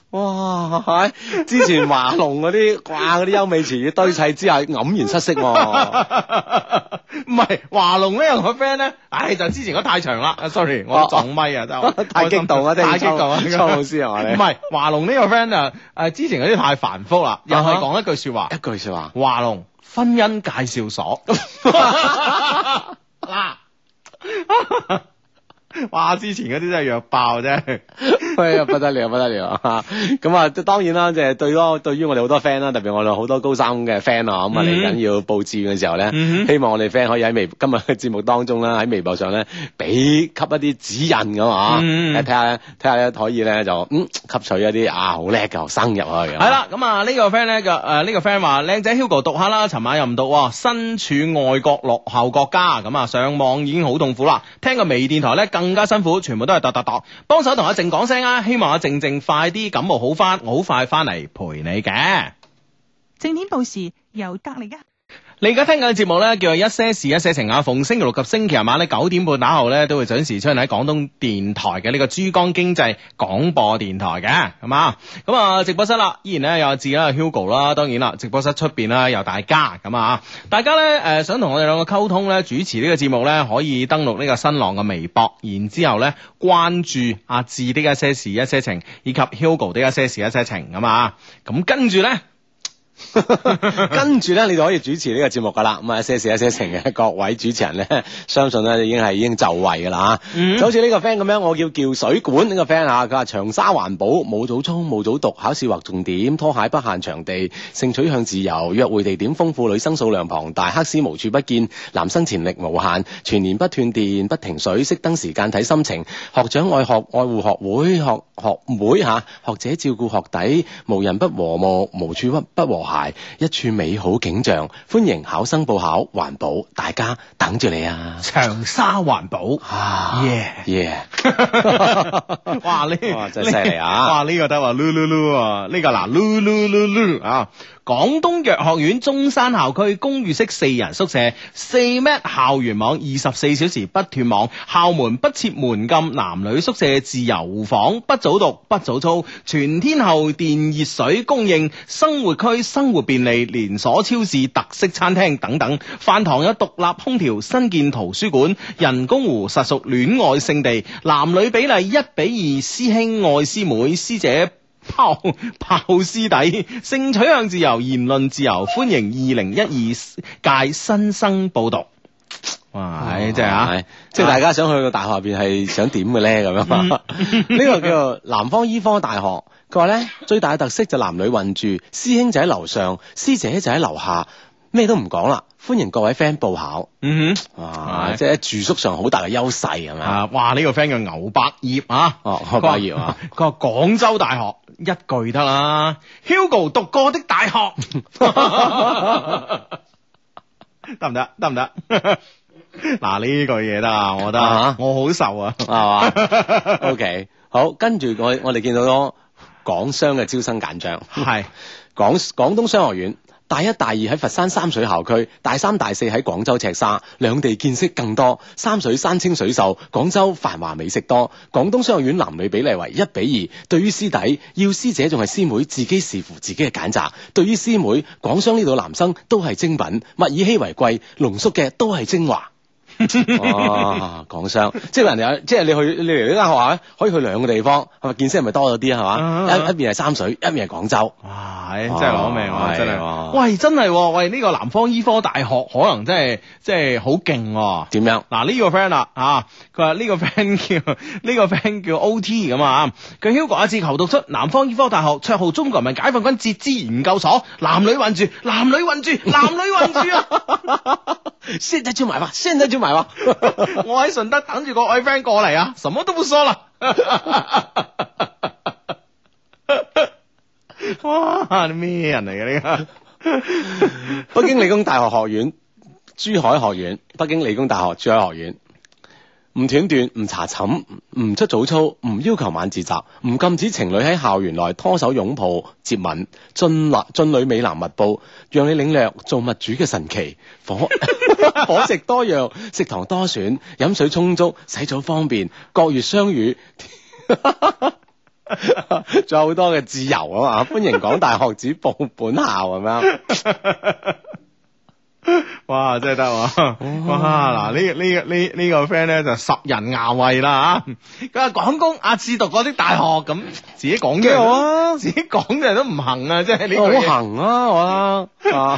哇！係之前華龍嗰啲， 哇嗰啲優美詞語堆砌之下，黯然失色喎。
唔係華龍呢有個 friend 咧，唉就之前嗰太長啦啊，sorry，我撞咪啊， 真係
哦太激動啊真係
太激動啊，
蒼蒼老師啊我哋
唔係華龍呢個 friend 啊，誒之前嗰啲太繁複啦，又係
啊哈
講一句説話，
一句说話，
華龍婚姻介紹所， 嗱。 哇！之前嗰啲真係弱爆啫，
哎呀不得了不得了啊！咁啊，當然啦，即係對咯，對於我哋好多 friend 啦，特別我哋好多高三嘅 friend 啊，咁啊
嗯
嚟緊要報志願嘅時候咧，
嗯
希望我哋 friend 可以喺微今日嘅節目當中啦，喺微博上咧俾給一啲指引咁啊，
嗯
睇下呢睇下呢可以咧就嗯吸取一啲啊好叻嘅學生入去。係
係，啦，咁啊呢個 friend 咧就誒呢個 friend 話靚仔 Hugo 讀下啦，尋晚又唔讀喎，身處外國落後國家咁啊，上網已經好痛苦啦，聽個微電台咧更加辛苦，全部都係突突突，幫手同阿靜講聲啊，希望阿靜靜快啲感冒好翻，我好快翻嚟陪你嘅。
正點報時由隔離嘅。
你而家聽緊嘅節目咧，叫做一些事一些情啊，逢星期六及星期日晚咧九點半打後咧，都會準時出現喺廣東電台嘅呢個珠江經濟廣播電台嘅，咁啊，咁啊直播室啦，依然咧有自己嘅 Hugo 啦，當然啦，直播室出邊啦有大家咁啊，大家咧誒、呃想同我哋兩個溝通咧，主持呢個節目咧，可以登錄呢個新浪嘅微博，然之後咧關注阿志的一些事一些情，以及 Hugo 的一些事一些情咁啊，咁跟住咧。
跟住咧，你就可以主持呢個節目噶啦。咁啊，一些事一些情嘅各位主持人咧， 相信咧已經係已經就位噶啦啊
嗯
嚇。就好似呢個 friend 咁樣，我叫叫水管呢個 friend 啊嚇，佢話長沙環保冇早操冇早讀，考試劃重點，拖鞋不限場地，性取向自由，約會地點豐富，女生數量龐大，黑絲無處不見，男生潛力無限，全年不斷電不停水，熄燈時間睇心情，學長愛學愛護學會學學會嚇，學者照顧學弟，無人不和睦，無處不不和諧，一處美好景象，歡迎考生報考環保，大家等住你啊！
長沙環保
啊
Yeah
yeah，
哇！呢
哇真係犀利啊
哇！呢個得話嚕嚕嚕啊！呢個嗱嚕嚕嚕嚕啊！廣東藥學院中山校區公寓式四人宿舍，四 m 校園網，二十四小時不斷網，校門不設門禁，男女宿舍自由房，不早讀不早操，全天候電熱水供應，生活區生活便利，連鎖超市、特色餐廳等等。飯堂有獨立空調，新建圖書館，人工湖實屬戀愛聖地，男女比例一比二，師兄愛師妹，師姐。炮 炮師弟，性取向自由，言論自由，歡迎二零一二屆新生報讀。哇，
哦
唉真係啊，
係即係大家想去個大學入邊係想點嘅咧咁樣。 呢
嗯
個叫做南方醫科大學，佢話咧最大嘅特色就男女混住，師兄就喺樓上，師姐就喺樓下，咩都唔講啦。歡迎各位 friend 報考，
嗯哼，
哇！
係
即係喺住宿上好大嘅優勢係咪啊？
啊，哇，呢、個 friend 叫牛百葉啊。
哦，開百業啊！
佢話廣州大學一句得啦，Hugo 讀過的大學，得唔得？得唔得？嗱呢句嘢得啊，我覺得
啊哈
我好受啊。
係嘛 ？OK，好，跟住我我哋見到咗港商嘅招生簡章，
係
廣廣東商學院。大一、大二喺佛山三水校區，大三、大四喺廣州赤沙，兩地見識更多。三水山清水秀，廣州繁華美食多。廣東商學院男女比例為一比二，對於師弟要師姐仲係師妹，自己視乎自己嘅揀擇。對於師妹，廣商呢度男生都係精品，物以稀為貴，濃縮嘅都係精華。哇！港商， 即係人哋有，即係你去你嚟呢間學校咧，可以去兩個地方，係咪見識係咪多咗啲啊？
啊
係
啊
嘛，一一邊係三水，一邊係廣州。
哇！唉真係攞命啊！真係，
哦係
喂，真係喎，喂呢個南方醫科大學可能真係即係好勁喎。
點樣？
嗱呢個 friend 啦啊，佢話呢個 friend 叫 呢個 friend 叫 O.T. 咁啊，佢 Hugo 阿志求讀出南方醫科大學綽號中國人民解放軍截肢研究所，男女混住，男女混住，男女混住啊！
現在就買吧，現在就買吧。
我喺順德等住個 boyfriend 過嚟啊，什麼都不說啦。 哇！你咩人嚟嘅呢個？
北京理工大學學院、珠海學院、北京理工大學珠海學院，唔斷斷，唔查寢，唔出早操，唔要求晚自習，唔禁止情侶喺校園內拖手擁抱、接吻，俊男俊女美男密布，讓你領略做物主嘅神奇。伙 伙食多樣，食堂多選，飲水充足，洗澡方便，國粵雙語。 仲有好多嘅自由啊嘛，歡迎廣大學子報本校啊咁樣。
哇，真係得喎！哇，嗱呢呢呢呢個 friend 咧就十人牙慧啦吓，佢話廣工阿志讀嗰啲大學咁，自己講嘅人
幾好
啊，自己講嘅人都唔行啊，即係呢
好
個
行啊，我覺 得啊，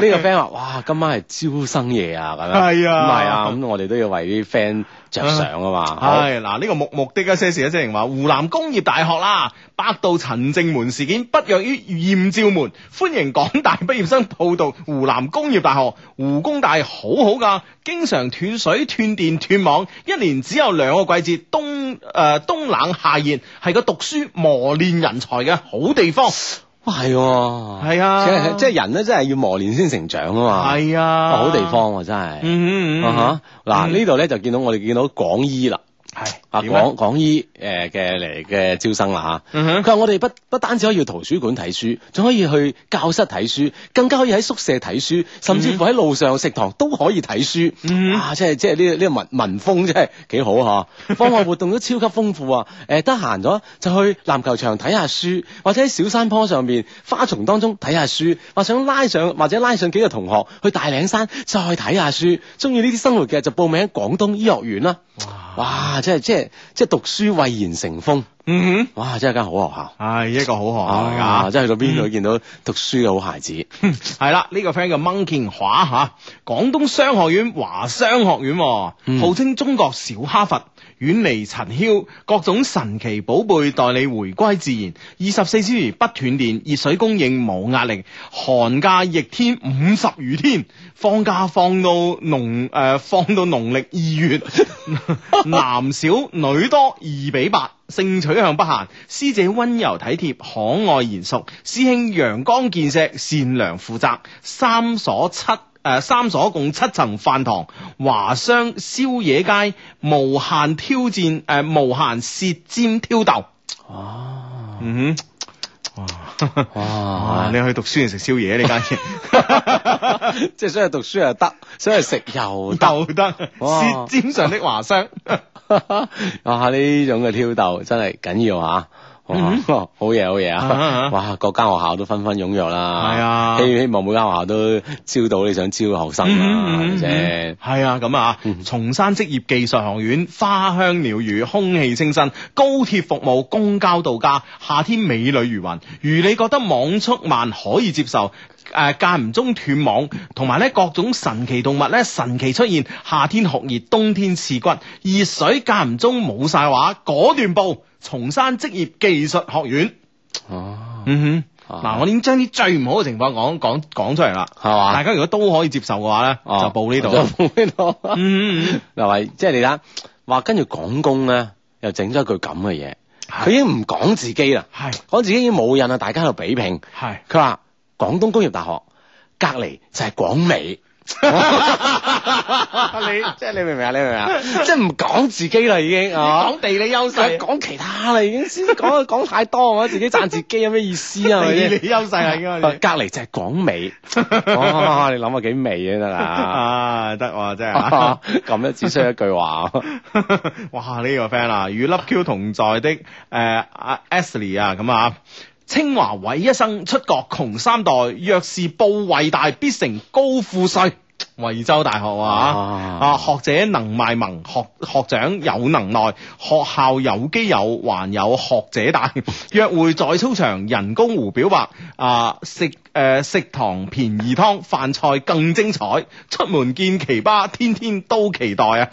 呢
個 friend 話：哇，今晚係招生夜啊，咁樣。
係啊
咁係啊，咁我哋都要為啲 friend 着想啊嘛。好
係嗱，呢個目目的一些事一些情話，湖南工業大學啦，百度陳正門事件不弱於艷照門，歡迎廣大畢業生報讀湖南工業大學。湖工大好好噶，經常斷水、斷電、斷網，一年只有兩個季節，冬誒、呃冬冷夏熱，係個讀書磨練人才嘅好地方。
哇，係喎。
係啊
即係即係人咧，真係要磨練先成長啊嘛。
係啊
哇好地方喎，真係。
嗯嗯
啊哈
嗯，
嗱
嗯
呢度咧就見到我哋見到廣醫啦，
係
啊
點咧
廣廣醫誒嘅嚟嘅招生啦嚇。
嗯哼
佢話：我哋不不單止可以去圖書館睇書，仲可以去教室睇書，更加可以喺宿舍睇書，甚至乎喺路上食堂都可以睇書。
嗯
啊，即係即係呢呢個文文風真係幾好嚇！課外活動都超級豐富啊！誒，得閒咗就去籃球場睇下書，或者喺小山坡上面花叢當中睇下書，或想拉上或者拉上幾個同學去大嶺山再睇下書。中意呢啲生活嘅就報名喺廣東醫學院啦！哇！即係即係即係讀書蔚然成風，
嗯哼，
哇！真係間好學校。
係一個好學校嚟㗎。
啊！即係去到邊度見到讀書嘅好孩子，
系嗯啦，呢、個 friend 叫 Monkey 華吓，廣東商學院華商學院喎，
嗯
號稱中國小哈佛，遠離塵囂，各種神奇寶貝帶你回歸自然，二十四小時不斷電，熱水供應冇壓力，寒假逆天五十餘天，放假放到農誒、呃放到農曆二 月，男少女多二比八。性取向不限，師姐温柔體貼、可愛賢淑，師兄陽光健碩、善良負責，三所七。誒、三所共七層飯堂，華商宵夜街，無限挑戰誒、無限舌尖挑逗。
哇！
嗯哼，哇！哇！你去讀書定食宵夜呢間 嘢？
即係想去讀書又得，想去食又得，
鬥得
哇
舌尖上的華商。
啊！呢種嘅挑逗真係緊要啊！哇
嗯
好嘢好嘢
啊啊啊
啊！哇，各間學校都紛紛踴躍啦，
係啊
希希望每間學校都招到你想招嘅學
嗯
生啦，啊係咪先？嗯
係啊，咁啊，松山職業技術學院花香鳥語，空氣清新，高鐵服務，公交度假，夏天美女如雲。如你覺得網速慢可以接受。誒間唔中斷網，同埋咧各種神奇動物咧神奇出現，夏天酷熱，冬天刺骨，熱水間唔中冇晒話，果斷報松山職業技術學院。
哦，
嗯哼，
啊
嗱，我已經將啲最唔好嘅情況講講講出嚟啦，
係嘛
大家如果都可以接受嘅話咧，
啊哦
就報呢度啦。
就報呢度。
嗯嗯
嗱，咪即係你睇，話跟住廣工咧，又整咗一句咁嘅嘢，佢已經唔講自己啦，
嗯，係
講自己已經冇癮啦，大家喺度比拼。
係。
佢話廣東工業大學隔離就係廣美。你即係你明唔明啊？你明唔明 啊？即係唔講自己啦，已經啊！
地理優
講講其他啦，已經先講 講太多，我覺得自己讚自己有咩意思啊？係咪
地
先
理優勢啦，應該
隔
係
離就係廣 美，哇！你諗下幾美啊得啦！
啊，得喎，真係啊。
咁樣只需要一句話，
哇！呢、個 friend 啊，與 Love Q 同在的誒阿 Ashley 啊，咁啊，清華偉一生出國窮三代，若是報偉大，必成高富帥。惠州大學啊，
啊
啊學者能賣萌，學學長有能耐，學校有基友，還有學者大。 約會在操場，人工湖表白，啊食誒、呃食堂便宜湯，飯菜更精彩。出門見奇葩，天天都期待啊！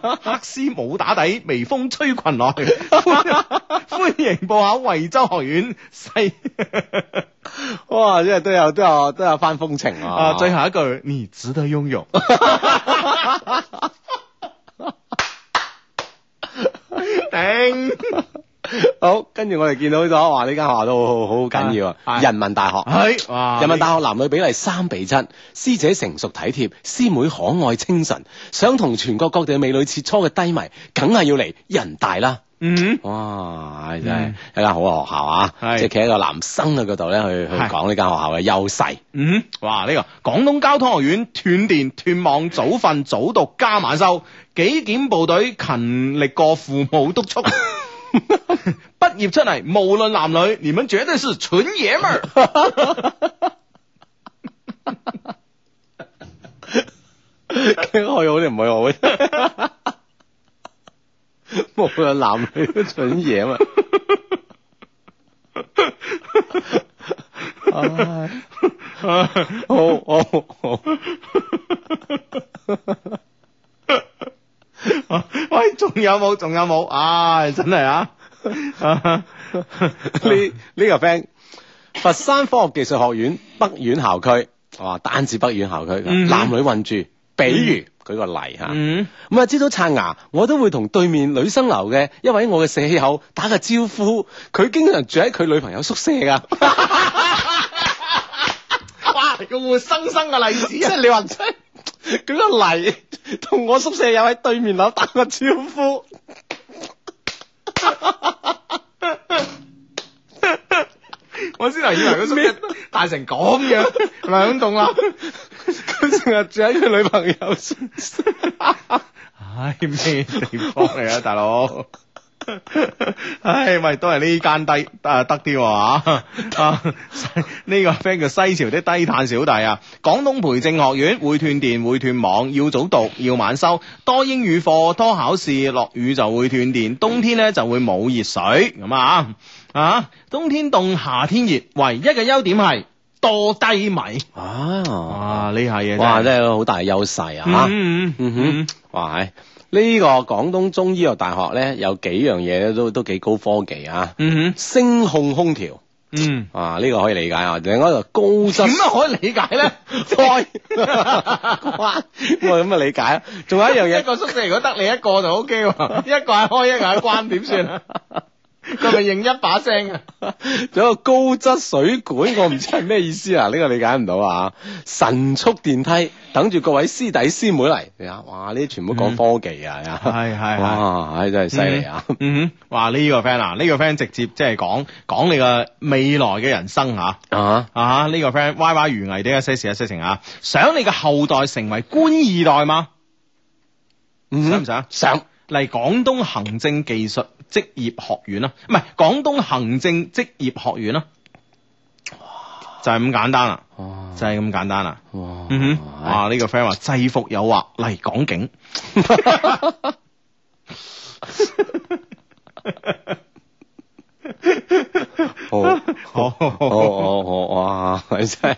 黑絲冇打底，微風吹群來， 歡歡迎報考惠州學院世。
哇！即係都有都有都有翻風情啊！
啊，最後一句，你值得擁有。頂，
好，跟住我哋見到咗，哇！呢間學校都好好好緊要啊！
係
人民大學，
係哎哇！
人民大學男女比例三比七，師姐成熟體貼，師妹可愛清純，想同全國各地美女切磋嘅低迷，梗係要嚟人大啦！
嗯，
哇！真係
嗯
一間好嘅學校啊！
係
即係企喺一個男生嘅角度咧，去去
係
講呢間學校嘅優 勢。
嗯，哇！呢、個廣東交通學院斷電斷網早瞓早讀加晚修，紀檢部隊勤力過父母督促。 畢業出嚟，無論男女，你們絕對是蠢爺們兒。
去好定唔去好？無論男女都蠢嘢啊嘛。 唉好好好，
喂，仲有冇？仲有冇？唉、真係 啊！
呢呢個 friend，佛山科學技術學院北院校區，哇，單止北院校區，
嗯
男女混住，比如舉個例嚇。
嗯，
咁啊，朝早刷牙，我都會同對面女生樓嘅一位我嘅舍友打個招呼。佢經常住喺佢女朋友宿 舍㗎，
哇，個活生生嘅例
即
子啊！
係你話即係舉個例，同我宿舍友喺對面樓打個招呼，
我先頭以為佢宿舍大成咁啊樣，兩棟啦。
佢成日住喺佢女朋友宿舍。
唉，咩地方嚟啊，大佬？ 唉，喂，都係呢間低啊得啲喎啊！ 啊呢個 friend 叫西潮的低碳小弟啊，廣東培正學院會斷電會斷網，要早讀要晚修，多英語課多考試，落雨就會斷電，冬天呢就會冇熱水咁啊啊！冬天凍夏天熱，唯一嘅優點係多低迷。
啊！
哇！呢下嘢
哇，
真係
真係好大嘅優勢啊！嚇
嗯嗯
嗯哼，哇！係呢個廣東中醫藥大學咧，有幾樣嘢咧都都幾高科技啊！
嗯哼
聲控空調
嗯。
啊，呢個可以理解啊。另外一個高質
點 啊可以理解 咧？
開 關，我咁嘅理解啊。仲有一樣
一
嘢，
個宿舍如果得你一個就 O K 喎，一個係開，一個係關，點算 啊？佢咪認一把聲啊？
仲有一個高質水管，我唔知係咩意思啊。呢個理解唔到啊。神速電梯，等住各位師弟師妹嚟。你睇下，哇！呢啲全部講科技啊，係啊
係係係。
哇！唉，真係犀利啊！
嗯哼，哇！呢、個 friend 啊，呢、個 friend 直接即係講講你個未來嘅人生吓
啊，
啊！呢、個 friend 歪歪如危的一些事一些情啊，想你嘅後代成為官二代嘛？想唔
嗯，
想？
上。
嚟廣東行政技術職業學院啦，唔係廣東行政職業學院啦，就係咁簡單啦，
哇
就係咁簡單啦。
哇
嗯哼，哇！呢、個 friend 話制服誘惑嚟港警，
好，
好
好，
哦
好，好，哇！真係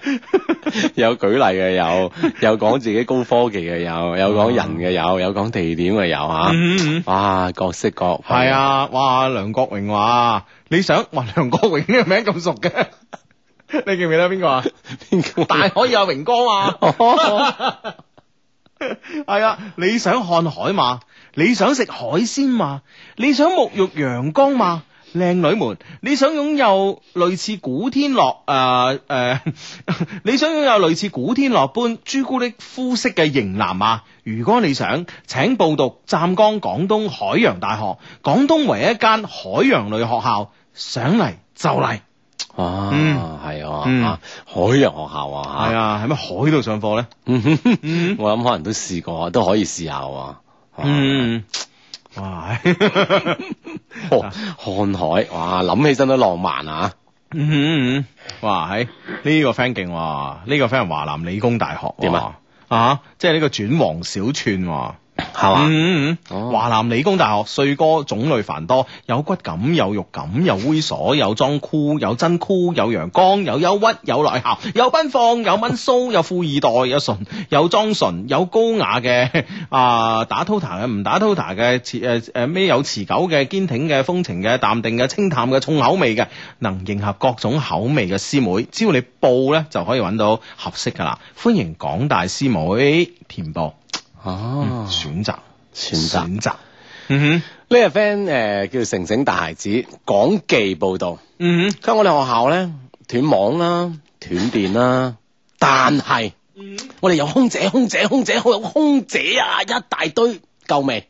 有舉例嘅，有有講自己高科技嘅，有有講人嘅，有有講地點嘅，有啊吓，
嗯嗯嗯
哇！各式各樣
係，啊，哇！梁國榮話你想，哇！梁國榮呢個名咁熟嘅， 你記唔記得邊個啊？
邊 個
大可以有榮哥嘛？ 係啊，你想看海嘛？你想食海鮮嘛？你想沐浴陽光嘛？靚女們，你想擁有類似古天樂誒誒， 你想擁有類似古天樂般朱古力膚色嘅型男嘛？如果你想，請報讀湛江廣東海洋大學，廣東唯一一間海洋類學校，想嚟就嚟。
哇，
嗯
係 啊
嗯
啊，海洋學校啊，
係
嚇
啊，喺咩海度上課咧？
嗯哼
嗯
我諗可能都試過，都可以試下喎。啊
嗯， 哇！
哇，哦看海，哇，諗起身都浪漫啊！
嗯嗯嗯，哇！喺呢、個 friend 勁喎，呢、個 friend 係華南理工大學喎
點啊？
啊，即係呢個轉黃小串喎，
係嘛？
嗯嗯嗯，
哦
華南理工大學帥哥種類繁多，有骨感，有肉感，有猥瑣，有裝酷，有真酷，有陽光，有憂鬱，有內涵， 有奔放，有蚊騷，有富二代，有純，有裝純，有高雅嘅 啊打 tota 嘅，唔打 tota 嘅，持誒誒咩有持久嘅，堅挺嘅，風情嘅，淡定嘅，清淡嘅，重口味嘅，能迎合各種口味嘅師妹，只要你報咧就可以揾到合適噶啦。歡迎廣大師妹填報，
哦
嗯，選擇。
選擇
擇。嗯哼，
呢個 friend 誒叫成成大孩子，港記報導。
嗯
佢話我哋學校咧斷網啦、斷電啦，但係
嗯
我哋有空姐、空姐、空姐，好有空姐啊，一大堆，夠未？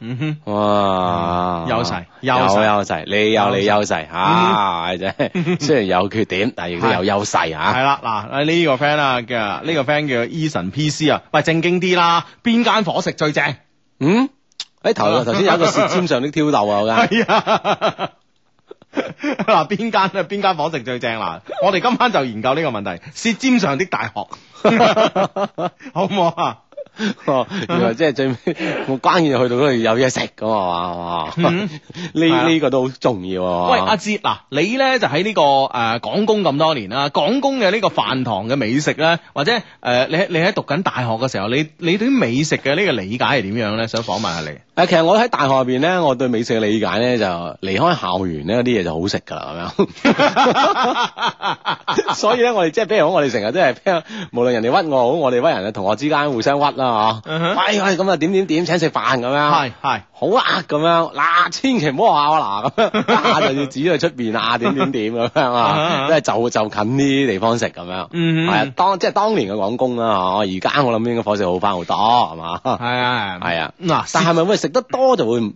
嗯哼，
哇
嗯優勢
有
優勢嗯
優勢，你有你優勢啊，真 係雖然有缺點，但係亦都有優
係
勢啊。
啦，嗱呢個 friend 啊嘅呢個 friend 叫 Eason PC 啊，喂正經啲啦，邊間伙食最正？
嗯，誒
啊
頭頭先有一個舌尖上的挑逗啊，我覺 得
係啊。 嗱，邊間啊？邊間伙食最正啦？我哋今晚就研究呢個問題，舌尖上的大學， 好唔好啊？
哦原來即係最尾， 我關鍵去到嗰度有嘢食咁啊嘛，哇
嗯係啊
呢呢個都好重要啊。
喂，阿哲嗱，你咧就喺呢、個誒廣工咁多年啦，廣工嘅呢個飯堂嘅美食咧，或者誒、呃你喺你喺讀緊大學嘅時候，你你對於美食嘅呢個理解係點樣咧？想訪問下 你。
誒，啊其實我喺大學入邊咧，我對美食嘅理解咧就離開校園咧，嗰啲嘢就好食㗎啦，咁 樣。所以咧，我哋即係譬如講，我哋成日都係譬如無論人哋屈我好，我哋屈人嘅同學之間互相屈啦，
嗯
嗬。
哼
喂喂，咁啊點點點請食飯咁樣。
係係
好啊，咁樣嗱，千祈唔好學我嗱，咁 樣啊就要指佢出邊啊，點點點咁樣啊，即係就就近啲地方食咁樣。
嗯
係啊，當即係當年嘅廣工啦，嗬。而家我諗應該伙食好翻好多，係嘛？
係啊
係啊
嗱，
但
舌
係咪會食得多就會唔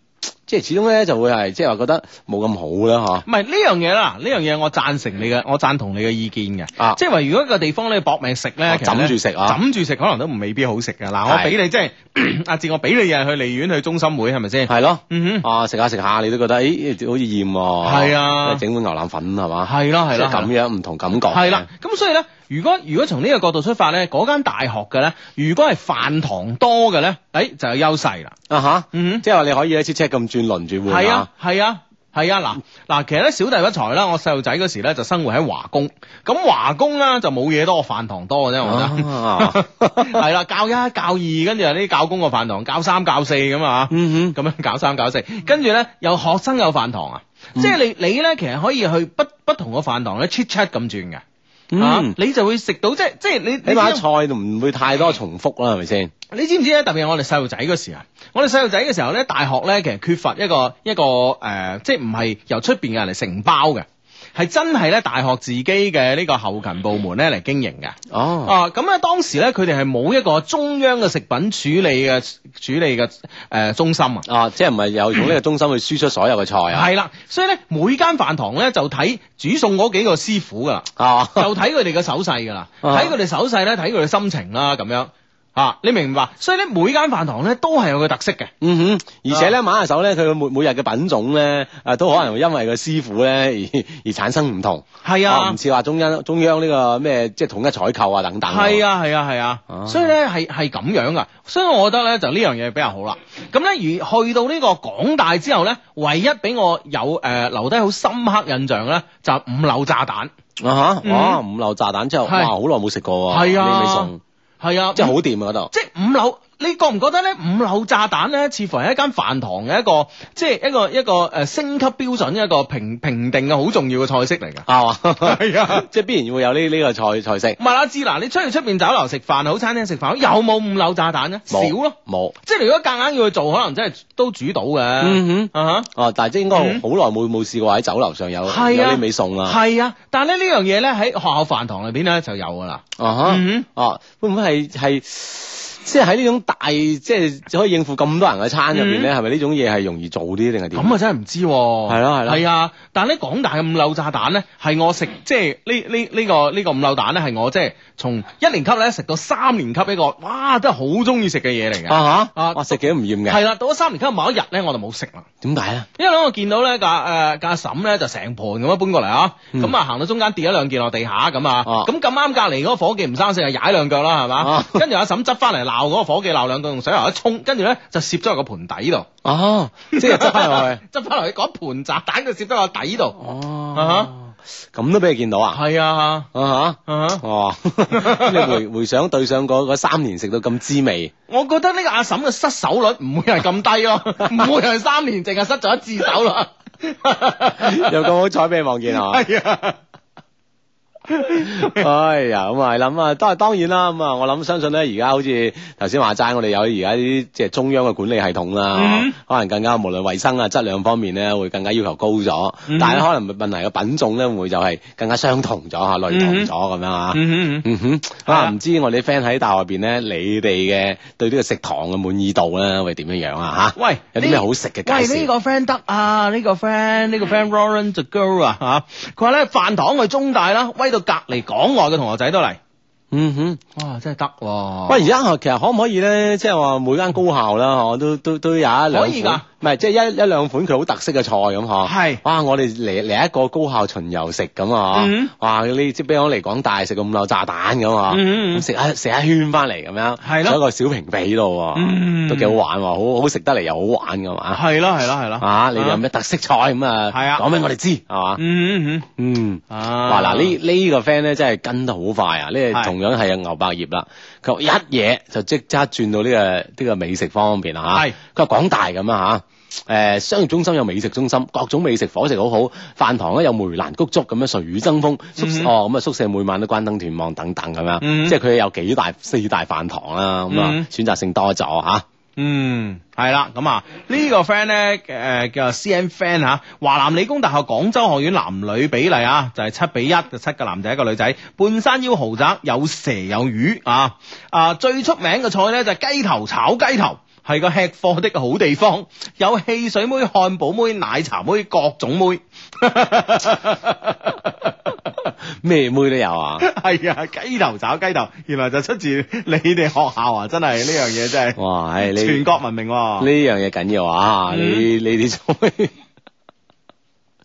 即係始終咧就會係即係話覺得冇咁好啦
唔係呢樣嘢啦，呢樣嘢我贊成你嘅，我贊同你嘅意見嘅。
啊
即係話如果一個地方你搏命食咧，
啊
其實呢
枕住食啊
枕住食可能都唔未必好食㗎。嗱，我
係
俾你即係 阿哲，我俾你日日去利苑去中心會係咪先
嗬，？係咯，
嗯哼，
啊食下食下你都覺得誒好似厭喎，
係啊
整碗牛腩粉係嘛，
係啦係啦
即係咁樣唔同感覺，
係啦，咁所以咧，如果如果從呢個角度出發咧，嗰間大學嘅咧，如果係飯堂多嘅咧，誒就有優勢啦。
啊吓，
嗯
即係話你可以咧切車咁轉輪住換
係啊，，係啊。係啊，嗱嗱，其實咧小弟不才啦，我細路仔嗰時咧就生活喺華工，咁華工啦就冇嘢多，飯堂多嘅啫，我覺
啊
得 係啦，教一教二，跟住有啲教工個飯堂，教三教四咁啊，
嗯哼，
咁樣搞三搞四，跟住咧有學生有飯堂啊，
嗯
即係你你咧其實可以去不不同嘅飯堂咧 chit chat 咁轉嘅，啊
嗯，
你就會食到即係即係你你
起碼
知
菜就唔會太多重複啦，係咪先？
你知唔知咧？特別係我哋細路仔嗰時啊，我哋細路仔嘅時候咧，大學咧其實缺乏一個一個誒、呃即係唔係由出邊嘅人嚟承包嘅，係真係咧大學自己嘅呢個後勤部門咧嚟經營嘅。
哦，
啊，咁咧當時咧佢哋係冇一個中央嘅食品處理嘅處理嘅誒、呃中心啊。
啊，即係唔係有用呢個中心去輸出所有嘅菜啊？
係啦，所以咧每間飯堂咧就睇煮餸嗰幾個師傅噶啦。
啊，
就睇佢哋嘅手勢㗎啦，
啊
睇佢哋手勢咧，睇佢哋心情啦，咁樣啊，你明唔明白？所以咧，每間飯堂咧都係有佢特色嘅。
嗯哼，而且咧
啊
馬下手咧，佢每每日嘅品種咧，啊都可能會因為個師傅咧而而產生唔同，
係
啊
啊
唔，似話中央中央呢個咩即係統一採購啊等等，
係，啊，係啊，係啊，
啊
所以咧係係咁樣噶，所以我覺得咧就呢樣嘢比較好啦。咁咧而去到呢個廣大之後咧，唯一俾我有誒、呃留低好深刻印象咧，就係五柳炸彈，
啊嚇，
嗯
哇五柳炸彈之後，
係
哇好耐冇食過喎，
係啊
呢味餸
係啊，
即係好掂啊嗰度，
即係五樓，你覺唔覺得咧？五樓炸彈咧，似乎係一間飯堂嘅一個，即係一個一個誒、呃升級標準一個評評定嘅好重要嘅菜式嚟㗎。
係嘛，
係啊，
即係必然會有呢呢個菜菜式，
唔係啦，知嗱，你出去出邊酒樓食飯好，餐廳食飯有冇五樓炸彈咧？少
冇
咯，
冇，
即係你如果夾硬要去做，可能真係都煮到嘅。
嗯
啊哈
哼，哦但係即係應該好
嗯
耐冇冇試過喺酒樓上有有
係啊
呢味餸啦，
係啊，但係咧呢樣嘢咧喺學校飯堂裏邊咧就有㗎啦。
啊哈
嗯
哦，會唔會係係即係喺呢種大即係可以應付咁多人嘅餐入邊咧，係咪呢種嘢係容易做啲定係點？
嗯咁啊真係唔知喎，係
咯係咯
係啊！但係咧廣大嘅五柳炸彈咧，係我食即係呢呢呢個呢個五柳蛋咧，係我即係從一年級咧食到三年級一個，哇！真係好中意食嘅嘢嚟嘅。
啊
啊
嚇，哇食幾都唔厭嘅，
係啦，到咗三年級某一日咧，我就冇食啦，
點解啊咧？
因為咧我見到咧架誒架嬸咧就成盤咁樣搬過嚟啊，
嗯
咁啊行到中間跌咗兩件落地下咁啊，啊
哦
咁咁啱隔離嗰個伙計唔生性，係踩兩腳啦，係嘛
哦？
跟住阿嬸執翻嚟鬧嗰個伙計你鬧兩句用水喉一沖，跟住咧就攝咗入個盤底度，
哦，即係執翻 落去。，
執翻落去嗰盤炸彈就攝咗落底度。
哦，咁都俾你見到啊？
啊係啊，
啊哈！
啊哈
哦， 你回回想對上嗰嗰三年食到咁滋味，
我覺得呢個阿嬸嘅失手率唔會係咁低 咯，唔會係三年淨係失咗一次手啦。
又咁好彩俾你望見啊！
係 啊。
哎呀，咁啊，諗啊，都係當然啦。咁啊，我諗相信咧，而家好似頭先話齋，我哋有而家啲即係中央嘅管理系統啦
嗯，
可能更加無論衞生啊、質量方面咧，會更加要求高咗。
嗯
但係咧可能問題嘅品種咧，會就係更加相同咗嚇，類同咗咁樣啊。
嗯
嗯哼，
係
啊
啊
唔知我哋 friend 喺大學入邊咧，你哋嘅對呢個食堂嘅滿意度咧，會點樣樣啊？
喂，
嚇，有啲
呢
咩好食嘅
喂，
介
呢
紹？
個 friend 得啊，呢個 friend 呢個 friend Lauren the girl 啊嚇，佢話咧飯堂去中大啦，威到隔離港外嘅同學仔都嚟，
嗯哼，
哇，真係得喎！
喂，而家其實可唔可以咧，即係話每間高校啦，嗬，都都都有一兩
可以㗎
款，唔係即係一一兩款佢好特色嘅菜咁嗬。
係
哇！我哋嚟嚟一個高校巡遊食咁啊，嗬
嗯
哇！你即係比我嚟講大食個五柳炸彈咁啊，
嗯嗯嗯
咁食一食一圈翻嚟咁樣，
係咯
喺個小平地度喎，
嗯
都幾好玩喎，好好食得嚟又好玩㗎嘛。
係啦係啦係啦，
啊！你哋有咩特色菜咁啊？
係啊
講俾我哋知係嘛？
嗯？嗯嗯
嗯。
嗯，啊，
哇！嗱，呢呢個 friend 咧真係跟得好快啊！呢個
係
同樣係牛百葉啦，佢話一嘢就即刻轉到呢個呢個美食方面啦嚇。
係
佢話廣大咁啊嚇，誒商業中心有美食中心，各種美食伙食好好，飯堂咧有梅蘭菊竹咁樣垂雨爭鋒，宿
嗯
哦咁啊宿舍每晚都關燈斷網等等咁樣，
嗯
即係佢有幾大四大飯堂啦，咁啊
嗯
選擇性多咗啊嚇。
嗯，係啦，咁啊，呢個 friend 咧，誒叫 C N friend 吓，華南理工大學廣州學院男女比例啊，就係七比一，就七個男仔一個女仔，半山腰豪宅有蛇有魚啊，啊最出名嘅菜咧就係雞頭炒雞頭。係個吃貨的好地方，有汽水妹、漢堡妹、奶茶妹、各種妹，
咩妹都有啊！
係啊，雞頭炒雞頭，原來就出自你哋學校啊！真係呢樣嘢 真係
哇！唉，你
全國聞名喎
呢。樣嘢緊要啊！
嗯
你你啲菜。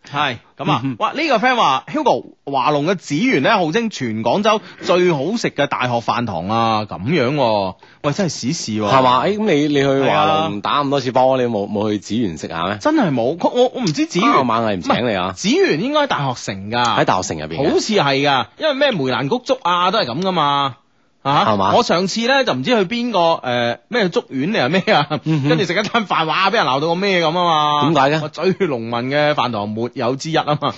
系咁啊
嗯！
哇，呢、個 friend 話 Hugo 華龍嘅紫園咧，號稱全廣州最好食嘅大學飯堂啊！咁樣喎、喂，真係史事喎、
係嘛？誒、咁你你去
係
華
啊
龍打咁多次波，你冇冇去紫園食下咩？
真係冇，我我我唔知紫
啊
園，
晚係唔請你啊
係紫園應該喺大學城㗎，
喺大學城入邊
啊好
嘅，
似係㗎，因為咩梅蘭菊竹啊都係咁㗎嘛。啊！
係嘛
我上次咧就唔知去邊個誒咩竹園定係咩啊，
嗯哼
跟住食一餐飯，哇！俾人鬧到我咩咁啊嘛？
點解嘅
我最農民嘅飯堂沒有之一啊 嘛！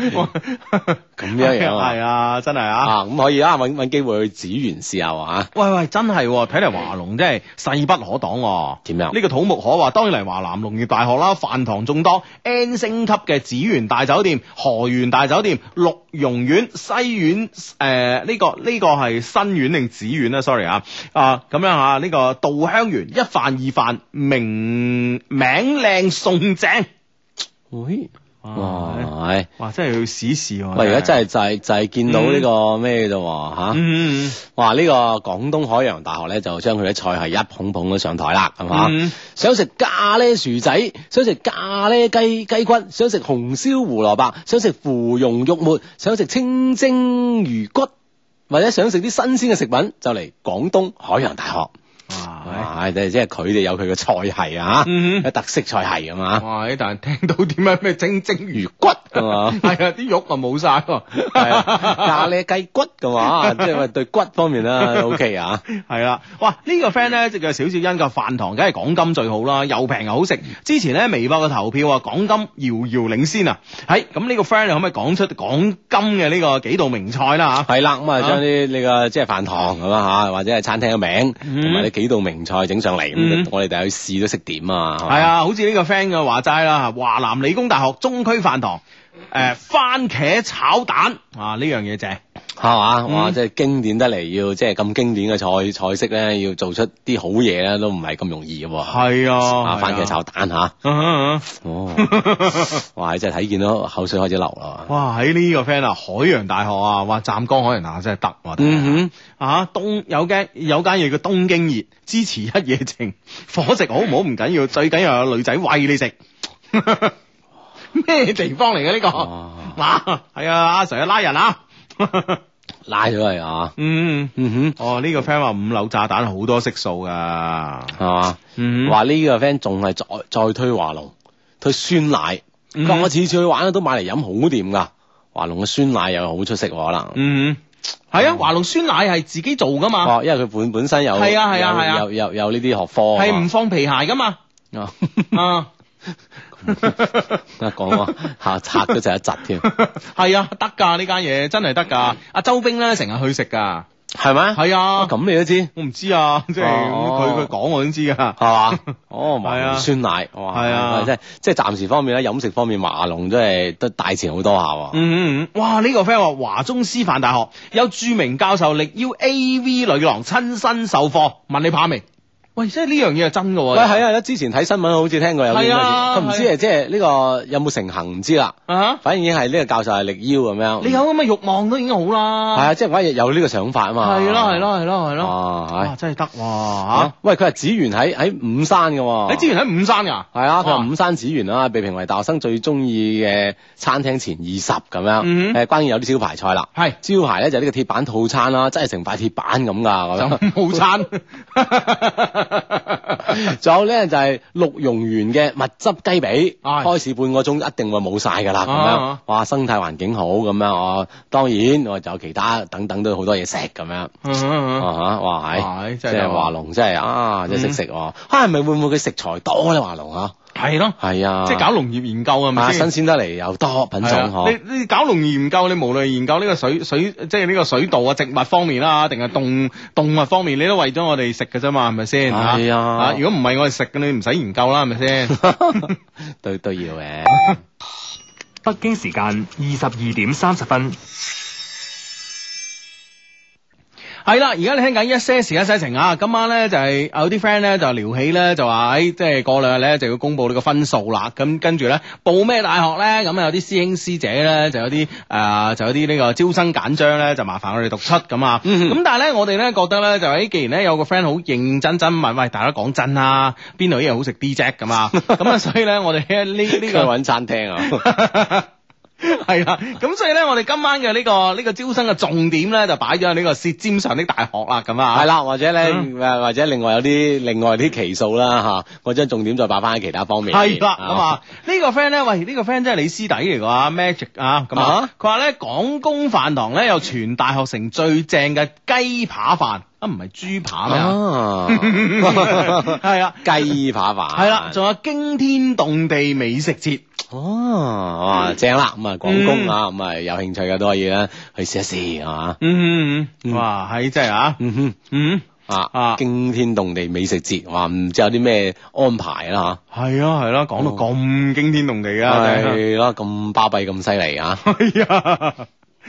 咁
樣樣 啊
係啊，真係啊！
啊咁可以啊，揾揾機會去紫園試下喎啊嚇。
喂喂，真係喎睇嚟華龍真係勢不可擋喎。
點樣
呢個土木可話，當然嚟華南農業大學啦，飯堂眾多，N 星級嘅紫園大酒店、河源大酒店、鹿茸苑、西苑，誒、呢、個呢、個係新苑定紫苑咧？sorry 啊，啊咁樣啊，呢、個稻香園一飯二飯，名名靚餸正，
喂，哇！
哇
係
哇，真係要試試喎！
喂，而家
係，
真係啊就係就係見到呢個咩啫喎嚇。
嗯嗯
哇！呢、個廣東海洋大學咧，就將佢啲菜係一捧捧咗上台啦，係嘛？
嗯
想食咖喱薯仔，想食咖喱雞雞骨，想食紅燒胡蘿蔔，想食芙蓉肉末，想食清蒸魚骨，或者想食啲新鮮嘅食品，就嚟廣東海洋大學。
哇！
唉，即係即係佢哋有佢嘅菜系啊，
嗯
有特色菜系啊嘛。
哇！但係聽到點解咩蒸蒸魚骨
係嘛
係啊，啲肉啊冇晒喎，
係 啊咖喱雞骨嘅話，即係話對骨方面啦，OK 啊。
係啦，哇！呢、個 friend 咧，即係叫小小欣嘅飯堂，梗係港金最好啦，又平又好食。之前咧微博嘅投票啊，港金遙遙領先啊。係咁呢個 friend 你可唔可以講出港金嘅呢個幾道名菜啦
係啦，咁啊
啊
將啲呢個即係飯堂咁啦嚇，或者係餐廳嘅名，
嗯
同埋呢幾道名菜整上嚟，咁
嗯
我哋就去試都識點啊。
吓？係，啊，好似呢個 friend 嘅話齋啦，華南理工大學中區飯堂。誒、番茄炒蛋啊，呢樣嘢正，
係嘛？哇！
嗯
即係經典得嚟，要即係咁經典嘅菜菜式咧，要做出啲好嘢咧，都唔係咁容易嘅喎。
係
啊，
啊，
番茄炒蛋嚇，
嗯， 嗯
哦，
嗯
哇！真係睇見到口水開始流啦。
哇！喺呢個 friend 啊，海洋大學啊，哇！湛江海洋大學真係得喎，
嗯哼。
啊，東有間有間嘢叫東京熱，支持一夜情，伙食好唔好唔緊要，最緊要有女仔喂你食。 咩地方嚟嘅呢個？
哇哦
哇，係啊，阿 Sir 拉人啊！
拉咗佢啊，
啊 嗯，
嗯
哦，呢、個 friend 話五樓炸彈好多色素噶，
哼，係嘛？
嗯
話呢個 friend 仲係再再推華龍，推酸奶。
嗯
佢話我次次去玩咧都買嚟飲，好掂噶。華龍嘅酸奶又好出色喎可能。
嗯，係啊，華龍酸奶係自己做噶嘛，
哦哦，因為佢本本身有
係啊係啊係啊
有有有有呢啲學科啊
係唔放皮鞋噶嘛，
啊，
啊，
講啊 嚇拆咗就一窒 添，
係啊，得㗎呢間嘢真係得㗎，阿周冰咧成日去食㗎，
係咪？
係啊
哦，咁你都知
我唔知啊，即係佢
哦
佢講我都知㗎。
係嘛？哦，華
係啊
龍酸奶哇，
係啊
即係即係暫時方面咧，飲食方面華龍真係都大前好多下喎。
嗯嗯嗯，哇！呢、個 friend 話華中師範大學有著名教授力邀 A.V. 女郎親身授課，問你怕未？喂，即係呢樣嘢係真嘅喎。
喂，係啊！之前睇新聞好似聽過有呢
係啊
個，佢唔知
係啊
係即係呢個有冇成行唔知啦。
啊
反正已經係呢個教授係力邀咁樣。
哈！你有啊咁嘅慾望都已經好啦。
係啊，即係反正有呢個想法啊嘛。
係咯係咯係咯係咯，
啊
哇！
係
真係得哇
啊！喂，佢係紫園喺喺五山嘅喎。
嚇！你之前喺五山㗎？
係啊，佢
哇
話五山紫園啊，被評為大學生最中意嘅餐廳前二十咁樣。
嗯
誒，關鍵有啲招牌菜啦。
係
招牌咧就係呢個鐵板套餐啦，真係成塊鐵板咁㗎咁樣。
冇餐。
啊仲有咧就係鹿茸園嘅蜜汁雞髀，
係
開市半個鐘一定會冇晒㗎啦，咁樣
啊
哇生態環境好咁樣，我當然我仲有其他等等都好多嘢食咁樣，啊
嗯嗯 嗯
哈，哇
係
係，即
真係嗯
係
喎
華龍真係啊，真係識食喎，啊係咪會唔會佢食材多咧華龍啊？
係咯，
係啊，
即係搞農業研究啊，係
啊
咪先
新？鮮得嚟又多品種
係啊
嗬，
你你搞農業研究，你無論研究呢個水水，即係呢個水稻啊、植物方面啦，定係動動物方面，你都為咗我哋食嘅啫嘛，係咪先？
係啊
如果唔係我哋食嘅，你唔使研究啦，係咪先？
對都要 嘅。
北京時間二十二點三十分，
係啦，而家你聽緊一些事一些情啊，今晚咧就係、有啲 friend 咧就聊起咧就話，誒、哎即係過兩日咧就要公布呢個分數啦，咁跟住咧報咩大學咧，咁啊有啲師兄師姐咧就有啲誒、呃就有啲呢個招生簡章咧就麻煩我哋讀出咁啊，咁、
嗯
但係咧我哋咧覺得咧就誒，既然咧有個 friend 好認真真問，喂大家講真啊，邊度啲嘢好食啲啫咁啊，咁啊所以咧我哋呢呢呢
去
個。
揾餐廳啊，
系啦，咁所以咧，我哋今晚嘅呢、個呢、個招生嘅重點咧，就擺咗喺呢個舌尖上的大學啦，咁啊，
係，啦，或者咧，
嗯
誒或者另外有啲另外啲奇數啦嚇，我將重點再擺翻喺其他方面。
係啦，咁啊，呢個 friend 咧，喂，呢個 friend 真係你師弟嚟㗎啊，Magic 啊，咁啊
啊，
佢話咧廣工飯堂咧有全大學城最正嘅雞扒飯，啊唔係豬扒咩啊？
啊，
係啊，
雞扒飯
係 啦，仲有驚天動地美食節，
哦，
嗯
哇，正啦，咁啊，廣工啊，咁啊，有興趣嘅都可以咧去試一試，係嘛？
嗯，
嗯
哇，係真係啊，
嗯哼，
嗯，啊
啊，驚天動地美食節，哇，唔知有啲咩安排啦
係啊係啦，講到咁驚天動地
嚇，
啊，真係
係咯，咁巴閉咁犀利啊！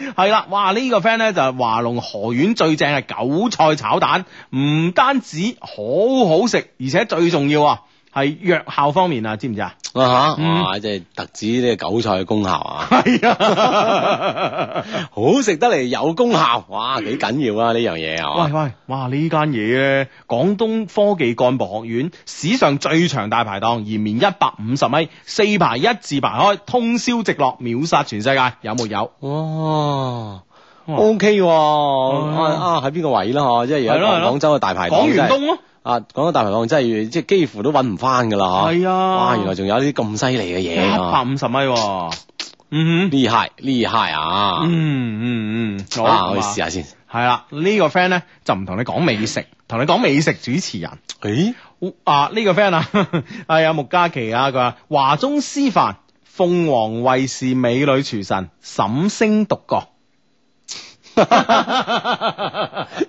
系啊，系啦，哇！呢、個 friend 咧就係華龍河苑最正係韭菜炒蛋，唔單止好好食，而且最重要啊係藥效方面啊，知唔知啊？
啊嚇，
嗯
哇，即係特指呢個韭菜嘅功效 啊！
係啊。
好食得嚟有功效，哇，幾緊要啊呢樣嘢啊！
喂喂，哇！呢間嘢咧，廣東科技幹部學院史上最長大排檔，延綿一百五十米，四排一字排開，通宵直落，秒殺全世界，有冇有？
哇
哇
，O K 喎，
啊
啊啊喺邊個位啦？嗬，即係
係
而
咯
家
係咯
廣廣州嘅大排
廣
檔真
園
係，
東咯，
啊，廣州大排檔真係即係幾乎都揾唔翻㗎啦，嗬。
係啊
哇，原來仲有啲咁犀利嘅
一
嘢
百
啊！
五十米喎，嗯哼。
厲害厲害啊！
嗯嗯嗯，好
啊，我去試。下 先。
系啦，呢個 friend 咧就唔同你講美 食，同你講美食主持人。
誒，
啊，呢個 friend 啊， 係啊，穆嘉琪啊，佢話華中師範鳳凰衛視美女廚神沈星獨角。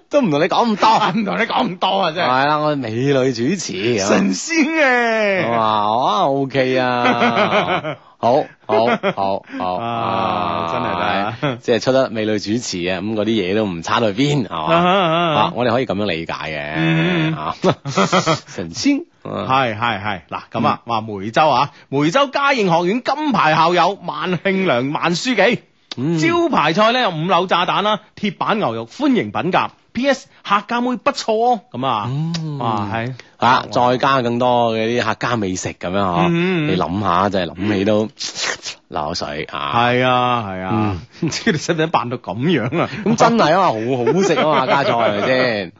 都唔同你講咁
多
多。
唔同你講咁多啊，真係
係啦，我美女主 持啊，
神仙嘅。
哇哇 O K 啊！好好好好
啊真係得啊
即係出得美女主持啊，咁嗰啲嘢都唔差到去邊，係嘛？啊
啊，
我哋可以咁樣理解
嗯
嘅，啊， 神仙，啊嗯
係係係，嗱咁啊，話梅州啊，梅州嘉應學院金牌校友萬慶良萬書記。
嗯
招牌菜咧有五柳炸彈啦、鐵板牛肉歡迎品鑑、 P.S. 客家妹不錯哦，咁啊，
嗯
哇係，
啊，再加更多嘅啲客家美食咁樣嗬，
嗯嗯嗯
你諗下就係諗起都 流口水啊！
係啊係啊， 唔知你使唔使扮到咁樣啊？
嗯咁真係啊嘛，好好食啊嘛，家菜係咪先？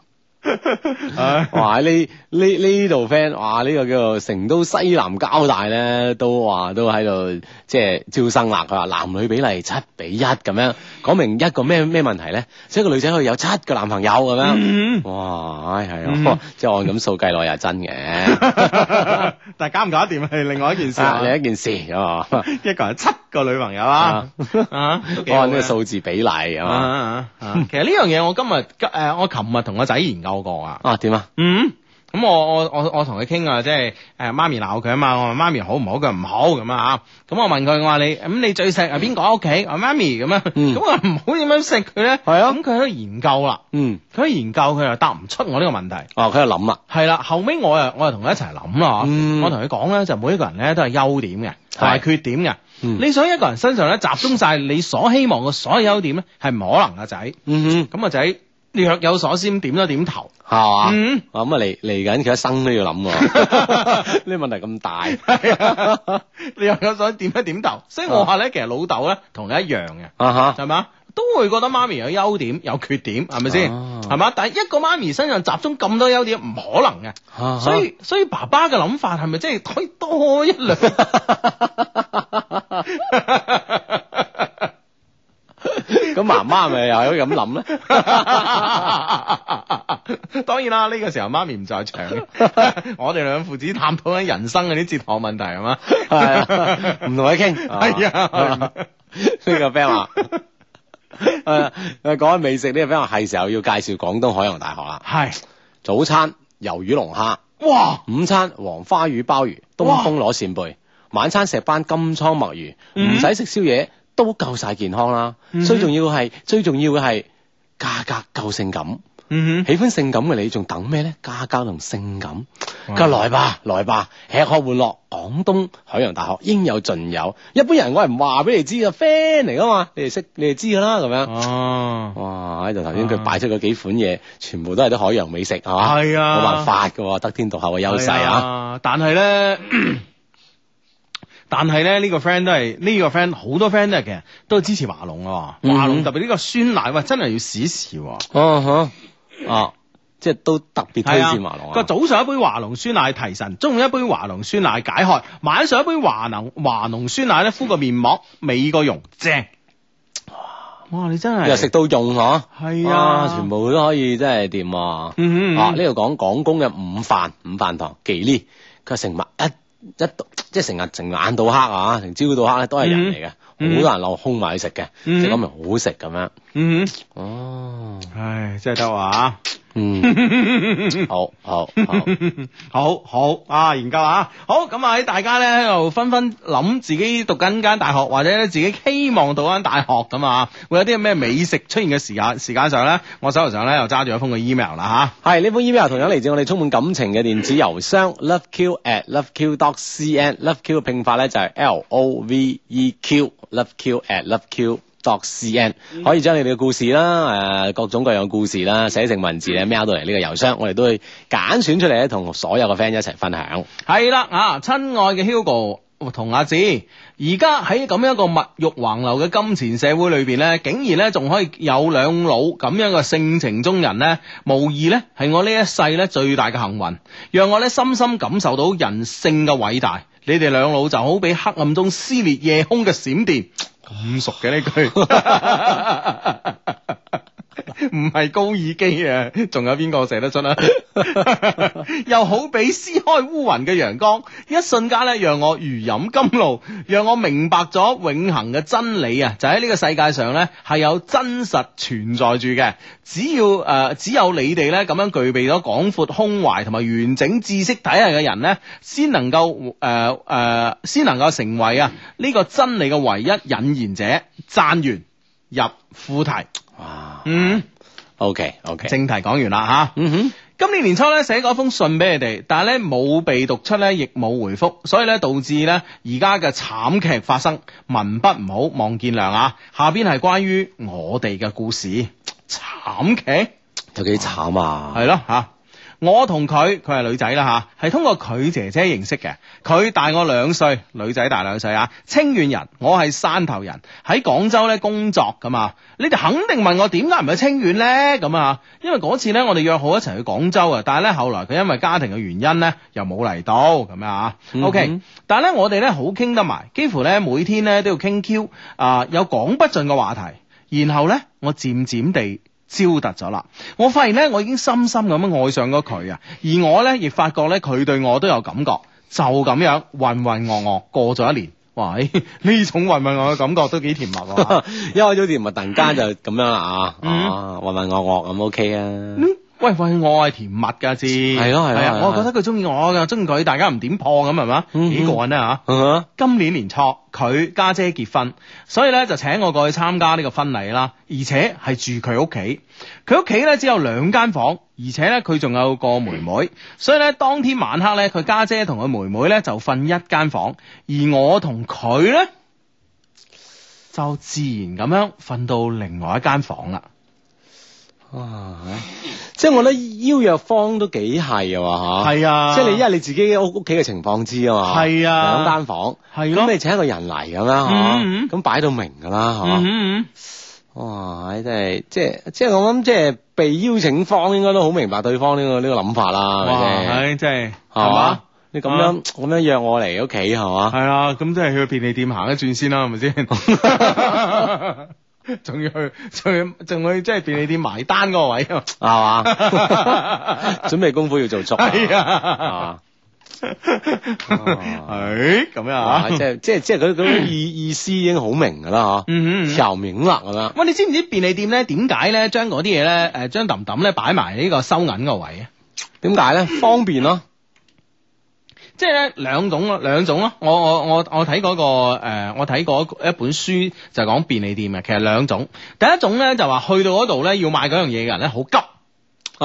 唉
哇！呢呢呢度 friend，哇！呢、個叫做成都西南交大咧，都話都喺度即係招生啦。佢話男女比例七比一咁樣，講明一個咩咩問題咧？即係一個女仔可以有七個男朋友咁樣。
嗯
哇！唉係
嗯
啊，即係按咁數計落又係 真嘅。
但係搞唔搞得掂係另外一件事啊
啊，，另一件事啊嘛，
一個人七個女朋友啊， 啊，都幾好
按呢個
嘅
數字比例啊
啊
嘛。
啊啊其實呢樣嘢我今日誒，我琴日同個仔研究過啊。
啊點啊？
嗯。咁我我我我同佢傾啊，即係誒媽咪鬧佢啊嘛，我話媽咪好唔好，佢話唔好咁啊嚇。咁我問佢，我話你咁你最錫係邊個喺屋企？我話媽咪咁樣，
嗯
咁我話唔好點樣錫佢咧？
係啊
咁佢喺度研究啦，
嗯，
佢喺度研究佢又答唔出我呢個問題。
哦佢喺度諗啦，
係啦，後尾我又我又同佢一齊諗啦，
嗯
我同佢講咧就每一個人咧都係優點嘅，同埋
係
缺點嘅。
嗯
你想一個人身上咧集中晒你所希望嘅所有優點咧，係唔可能嘅仔。
嗯
咁啊仔，你若有所思咁點咗點頭。
哼，係嘛？
嗯。
啊咁啊嚟嚟緊佢一生都要諗 喎，呢個問題咁大。
係啊， 你又有想點一點頭，所以我話咧，其實老豆咧同你一樣嘅，
啊哈，
係嘛？都會覺得媽咪有優點有缺點，係咪先？
啊
係嘛？但係一個媽咪身上集中咁多優點，唔可能嘅。
啊哈
所以所以爸爸嘅諗法係咪即係 可以多一兩？
咁媽媽咪又可以咁諗咧？
當然啦，呢、個時候媽咪唔在場， 我哋兩父子探討緊人生嗰啲哲學問題係嘛？
係啊唔同佢 傾。
係啊，
呢個 friend 話。誒誒，講起美食呢個 friend 話係時候要介紹廣東海洋大學啦。
係
早餐魷魚龍蝦，
哇，
午餐黃花魚鮑魚、
哇
東風螺扇貝，晚餐石斑金鲳墨魚，
嗯
唔使食宵夜都夠晒健康啦。
嗯
最重要係最重要嘅係價格夠性感。
嗯
喜歡性感嘅你仲等咩咧？家教同性感，
哇
佢話來吧，來吧，吃喝玩樂，廣東海洋大學應有盡有。一般人我係唔話俾你知嘅，friend 嚟噶嘛，你哋識，你哋知噶啦，咁
哼，
樣。
哦。
哇！喺度頭先佢
啊
擺出嗰幾款嘢，全部都係啲海洋美食，係嘛？
係啊
冇辦法嘅喎，得天獨厚嘅優勢啊！
係！但係咧。 但係咧，呢、個 friend 都係呢、個 friend 好多 friend 都係其實都係支持華龍啊，
嗯
華龍特別呢個酸奶，喂真係要試一試喎。
哦嚇啊，即係都特別推薦華龍
個
啊！
早上一杯華龍酸奶提神，中午一杯華龍酸奶解渴，晚上一杯華能華龍酸奶咧敷個面膜，美個容，正。哇！你真係
又食到用嗬，
係
哇
啊，
全部都可以真係掂喎。
嗯嗯嗯
啊，呢度講廣工嘅午飯，午飯堂忌廉，佢成日一一即係成日成晚到黑啊，成朝到黑咧都係人嚟嘅，好、
嗯
多人落空埋去食嘅，
嗯
即係講明好食咁樣。
嗯，
哦，
唉，真係得啊話。
嗯，好好好，
好好啊，研究下。好咁啊，喺大家咧喺度紛紛諗自己讀緊間大學，或者咧自己希望讀緊大學咁啊，會有啲咩美食出現嘅時間時間上咧，我手頭上咧又揸住一封嘅 email 啦
係呢封 email 同樣嚟自我哋充滿感情嘅電子郵箱 loveq at loveq dot cn，loveq 嘅拼法咧就係 L O V E Q，loveq at loveq。dot cn 可以將你哋嘅故事啦，誒、各種各樣嘅故事啦，寫成文字咧 mail 到嚟呢個郵箱，我哋都會揀選出嚟咧，同所有嘅 friend 一齊分享。
吓。係啦啊，親愛嘅 Hugo。同阿子，而家喺咁樣一個物欲橫流嘅金錢社會裏邊咧，竟然咧仲可以有兩老咁樣嘅性情中人咧，無疑咧係我呢一世咧最大嘅幸運。讓我咧深深感受到人性嘅偉大。你哋兩老就好比黑暗中撕裂夜空嘅閃電，咁熟嘅呢 句， 唔係高爾基啊，仲有邊個寫得出啊？ 又好比撕開烏雲嘅陽光，一瞬間咧，讓我如飲甘露，讓我明白咗永恆嘅真理啊！就喺呢個世界上咧，係有真實存在住嘅。只要誒、呃只有你哋咧咁樣具備咗廣闊胸懷同埋完整知識體系嘅人咧，先能夠誒誒，先能夠成為啊呢個真理嘅唯一引言者。讚完入副題，
哇
嗯，
，OK OK，
正題講完啦吓。
嗯哼，
今年年初咧寫過一封信俾你哋，但係咧冇被讀出咧，亦冇回覆，所以咧導致咧而家嘅慘劇發生。文筆唔好，望見諒啊！下邊係關於我哋嘅故事，慘劇
有幾慘啊！
係咯吓。我同佢，佢係女仔啦吓，係通過佢姐姐認識嘅。佢大我兩歲，女仔大兩歲啊。清遠人，我係汕頭人，喺廣州咧工作噶嘛。你哋肯定問我點解唔去清遠咧？咁啊，因為嗰次咧我哋約好一齊去廣州啊，但係咧後來佢因為家庭嘅原因咧又冇嚟到咁樣啊。
嗯哼
OK，但係咧我哋咧好傾得埋，幾乎咧每天咧都要傾 Q 啊、有講不盡嘅話題。然後咧，我漸漸地招突咗啦。我發現咧，我已經深深咁樣愛上咗佢啊，而我咧亦發覺咧，佢對我都有感覺。就咁樣渾渾噩噩過咗一年，哇！嘿 呢種渾渾噩噩嘅感覺都幾甜蜜 喎。
一開咗甜蜜，突然間就咁樣啦啊，
嗯
啊渾渾噩噩咁 OK 啊，
嗯喂喂，我係甜蜜㗎知，係啊
係咯係咯係咯
我覺得佢中意我㗎，中意佢，大家唔點破咁係嘛？
嗯
幾過癮啊嚇！
嗯
今年年初佢家姐結婚，所以咧就請我過去參加呢個婚禮啦，而且係住佢屋企。佢屋企咧只有兩間房，而且咧佢仲有個妹妹，所以咧當天晚黑咧佢家姐同佢妹妹咧就瞓一間房，而我同佢咧就自然咁樣瞓到另外一間房啦。
哼啊即係我覺得邀約方都幾係啊嘛嚇，
係啊
即係你因為你自己屋屋企嘅情況知啊嘛，
係啊
兩間房，
係咯
咁你請一個人嚟咁樣嚇
嗯嗯，
咁擺到明㗎啦嚇。
嗯嗯
哇！真係即係即係我諗，即係被邀請方應該都好明白對方呢、個呢、個諗法啦，
嗯，
係
哇，
咪先？
唉，真係啊
係
係嘛
嘛？？你咁樣咁樣約我嚟屋企係 嘛？
係啊，咁即係去便利店行一轉先啦，係咪先？ 仲要去，仲要仲去，即係便利店埋單嗰個 位啊！
係嘛？ 準備功夫要做足 啊。
係啊，
啊！
係咁樣啊
哇！即，係即係即係佢佢意意思已經好明㗎啦
嗯
嚇，
嗯。
條明啦咁樣。
喂，你知唔知便利店咧點解咧將嗰啲嘢咧誒將揼揼咧擺埋呢個收銀個位啊？
點解咧？方便咯，
即係咧兩種咯，兩種咯。我我我我睇嗰、個、呃、我睇過一本書就講便利店嘅，其實兩種。第一種咧就話去到嗰度咧要買嗰樣嘢嘅人咧好急，
啊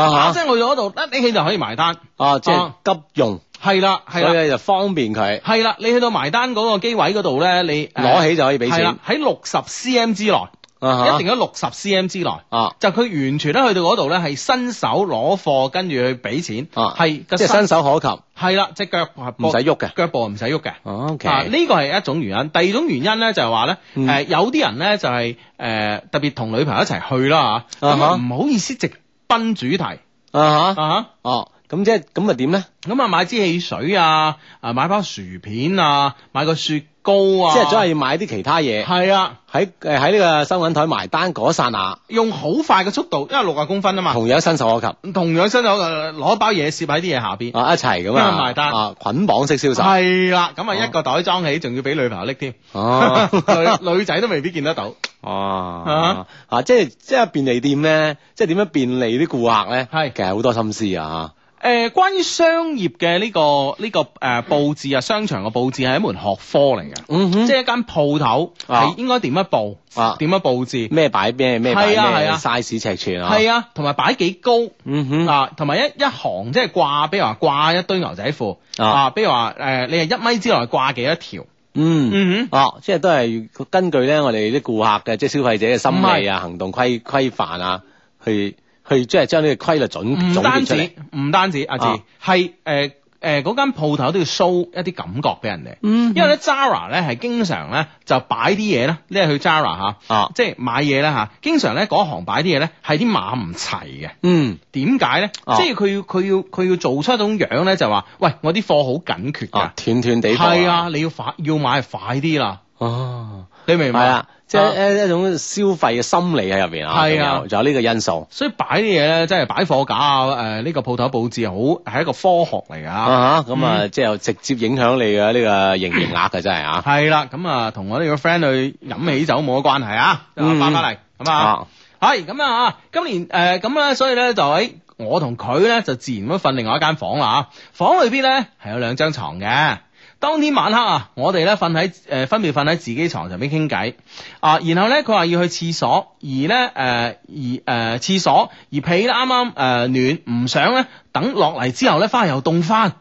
嗱
嚇
聲去到嗰度一拎起就可以埋單。
啊！即係
嗯啊
急用，
係啦，
所
係
以
啦，
咧就方便佢
係啦。你去到埋單嗰個機位嗰度咧，你呃
攞起就可以俾
係
錢
啦，喺六十 cm 之內，
啊
一定要六十 cm 之內。
啊！
就佢完全咧去到嗰度咧，係伸手攞貨，跟住去俾錢，
啊
係個啊
即係伸手可及，
係啦，隻腳
唔使喐嘅。
腳步唔使喐嘅。
O K。
啊，呢個係一種原因。第二種原因咧就係話咧，誒、
嗯
有啲人咧就係、誒、特別同女朋友一齊去啦嚇，
啊
咁
哈
啊唔好意思直奔主題
啊
啊
哈，
哈
哦，咁即係咁啊點咧？
咁啊買支汽水啊，啊買包薯片啊，買個雪糕啊，
即係總係要買啲其他嘢
係啊，
喺誒喺呢個收銀台埋單嗰剎那，
用好快嘅速度，因為六啊公分啊嘛，
同樣伸手可及
同樣伸手呃攞包嘢攝喺啲嘢下邊，
啊一齊咁
因為
啊
埋單
啊捆綁式銷售
係啦，咁啊
哦
一個袋裝起，仲要俾女朋友拎添，
哦
女女仔都未必見得到，
哦啊即係即係便利店咧，即係點樣便利啲顧客咧？
係
其實好多心思啊
誒、關於商業嘅呢、個呢、個誒、呃、佈置啊，商場嘅佈置係一門學科嚟嘅，
嗯
即係一間鋪頭
啊
係應該點樣佈，
啊
點樣佈置，
咩擺咩咩擺
係啊係
咩
啊
size 尺寸啊，
係啊，同埋擺幾高
嗯哼
啊，同埋一一行即係掛，比如話掛一堆牛仔褲
啊
啊，比如話誒、呃你係一米之內掛幾多條，
嗯。
嗯
哦，即係都係根據咧我哋啲顧客嘅即係消費者嘅心理啊、行動規規範啊，去去即係將呢個規律準
唔
總
單
結出嚟
止。嗯唔單止阿志
啊
係誒誒嗰間鋪頭都要 show 一啲感覺俾人哋，
嗯
因為咧 Zara 咧係經常咧就擺啲嘢咧，你係去 Zara 嚇。
啊，
即係買嘢咧嚇，經常咧嗰行擺啲嘢咧係啲碼唔齊嘅。
嗯
點解咧？
哦
即係佢要佢要佢要做出一種樣咧，就話：喂，我啲貨好緊缺㗎
啊，，斷斷地道
係啊，，你要快要買快啲啦，
哦，
你明唔呃明？
係啊，即係一一種消費嘅心理喺入邊啊，
係啊
仲有仲有呢個因素
所以擺啲嘢咧，真係擺貨架啊！誒、呢、個鋪頭佈置好係一個科學嚟㗎。
啊，咁
嗯
啊，即係又直接影響你嘅呢個營業額嘅真係啊，
係啦，咁啊，同我呢個 friend 去飲喜酒冇乜關係啊，
嗯
翻返嚟咁啊，
啊，
係咁啊，今年誒咁咧，所以咧就喺我同佢咧就自然咁瞓另外一間房啦嚇，房裏邊咧係有兩張床嘅。當天晚黑啊，我哋咧瞓喺誒分別瞓喺自己床上邊傾偈啊，然後咧佢話要去廁所，而咧誒、呃而誒、呃、廁所而被咧啱啱誒暖，唔想咧等落嚟之後咧翻嚟又凍翻。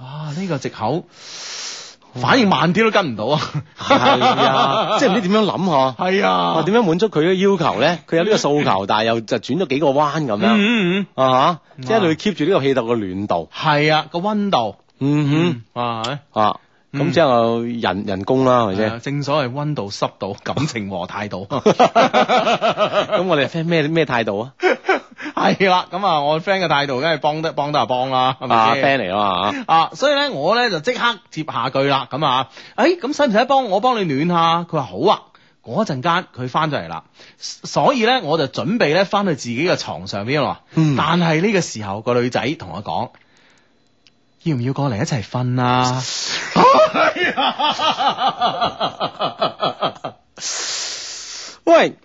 哇！呢、個藉口反應慢啲都跟唔到啊！
係啊，即係唔知點樣諗嗬。
係啊，
啊，點樣滿足佢嘅要求咧？佢有呢個訴求，但係又就轉咗幾個彎咁樣
嗯嗯嗯，
啊嚇，即係你 keep 住呢個氣竇嘅暖度。
係啊，個温度，
嗯
啊，
哼啊，
嗯
咁之後人人工啦，係咪
係
先
啊？正所謂温度、濕度、 感情和態度。
咁我哋 friend 咩咩態度啊？
係啦，咁啊，我 friend 嘅態度梗係幫得幫得就幫啦，係
啊
咪先
，friend 嚟啊嘛
啊，所以咧，我咧就即刻接下句啦，咁啊，誒，咁使唔使幫我幫你暖下？佢話好啊，嗰陣間佢翻咗嚟啦，所以咧我就準備咧翻去自己嘅床上邊啦。
嗯
但係呢個時候個女仔同我講，要唔要過嚟一齊瞓啊？
喂，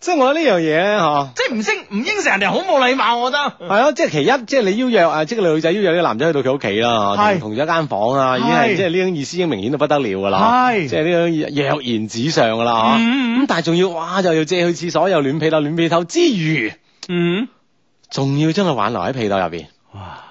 即係我覺得呢樣嘢咧嚇。
即係唔識唔應承人哋好冇禮貌，我覺得。
係咯，即係其一，即係你邀約啊，即係個女仔邀約呢個男仔去到佢屋企啦，
係
同同咗一間房啊，已經係
係
即係呢種意思已經明顯到不得了噶啦，
係
即係呢種躍然紙上噶啦啊
嗯嗯
咁但係仲要哇，又要借去廁所，又暖被竇、暖被竇之餘，
嗯，
仲要將佢挽留喺被竇入邊，
哇！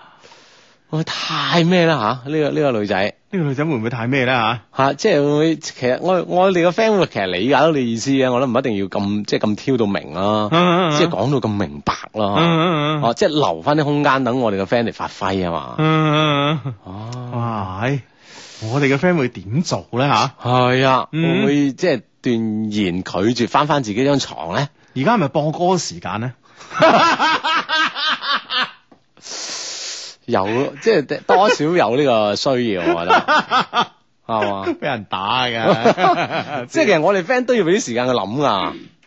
哇，太咩啦吓？呢個呢個女仔
呢個女仔會唔會太咩咧嚇？
吓，即係會唔會其實我我哋個 friend 會其實理解到你意思嘅，我覺得唔一定要咁即係咁挑到明啦，哦
啊
即係
即
講到咁明白啦，
嗯
哦，即係留翻啲空間等我哋個 friend 嚟發揮啊嘛，
嗯嗯，
哦。
哇！唉我哋嘅 friend 會點做咧嚇？
係啊，會
嗯
唔會即係斷言拒絕翻翻自己張床咧？
而家係咪播歌時間咧？
有即係多少有呢個需要，我覺得 係嘛？
俾人打㗎，
哦 即係其實我哋 friend 都要俾啲時間去諗噶，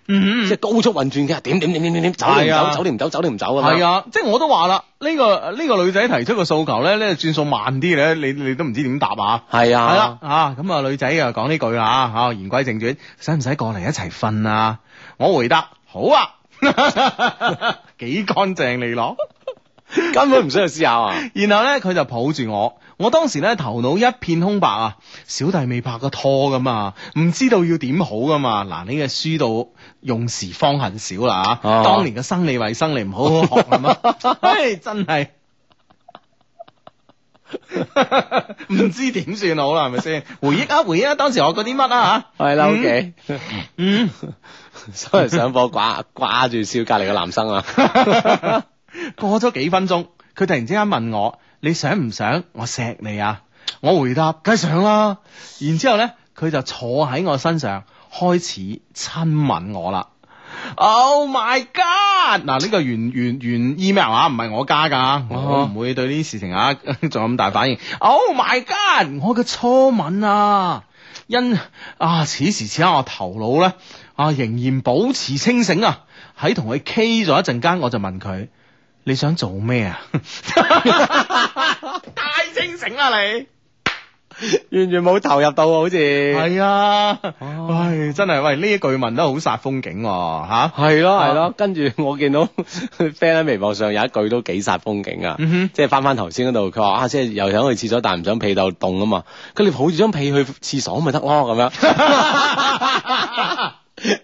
嗯
即係高速運轉嘅，點點點點點點，走你
係
唔
啊
走，走你唔走，走你唔走咁
係
樣。
啊，即係我都話啦，呢個呢個女仔提出個訴求咧，呢個轉數慢啲咧，你你都唔知點答啊！
係
係啦
啊，
啊，咁啊女仔又講呢句啦吓，言歸正傳，使唔使過嚟一齊瞓啊？我回答好啊， 幾乾淨利落。
根本唔需要思考啊！
然後咧佢就抱住我，我當時咧頭腦一片空白啊，小弟未拍過拖噶嘛，唔知道要點好噶嘛。嗱，呢個書到用時方恨少啦吓，
啊
當年嘅生理衛生你唔好好學啊 嘛，唉真係。 唔知點算好啦，係咪先？回憶啊，回憶啊，當時學過啲乜啊吓？
係啦，OK，
嗯，
所以上課掛掛住笑隔離個男生啊，
過咗幾分鐘，佢突然之間問我：你想唔想我錫你啊？我回答：梗係想啦。然之後咧，佢就坐喺我身上開始親吻我啦。Oh my god！嗱，呢個原原原 email 啊，唔係我加㗎，我唔會對呢啲事情啊 仲有咁大反應。Oh my god！我嘅初吻啊，因啊此時此刻我頭腦咧啊仍然保持清醒啊，喺同佢 K 咗一陣間，我就問佢：你想做咩 啊？太清醒
啊
啦你！
完全冇投入到啊，好似
係啊，
哦
喂，真係喂呢一句問得好煞風景喎、吓啊
係咯係咯，跟住我見到 friend 喺微博上有一句都幾煞風景啊！
嗯哼
即係翻翻頭先嗰度，佢話啊，即係又想去廁所，但係唔想被竇凍啊嘛。佢哋抱住張被去廁所咪得咯， 咁樣，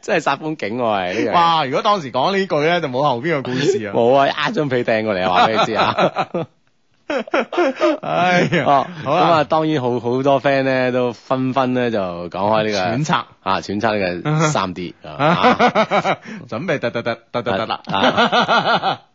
真係煞風景喎，係呢
哇！如果當時講呢句咧，就冇後邊嘅故事
樣。
啊。
冇啊，一張被掟過嚟啊，話俾你知啊。
哎呀，
哦，咁
好啦
啊，，當然好好多 friend 咧都紛紛咧就講開呢個
揣測
啊，揣測呢
嗯
個三 D 啊。
準備突突突突突突啦
啊。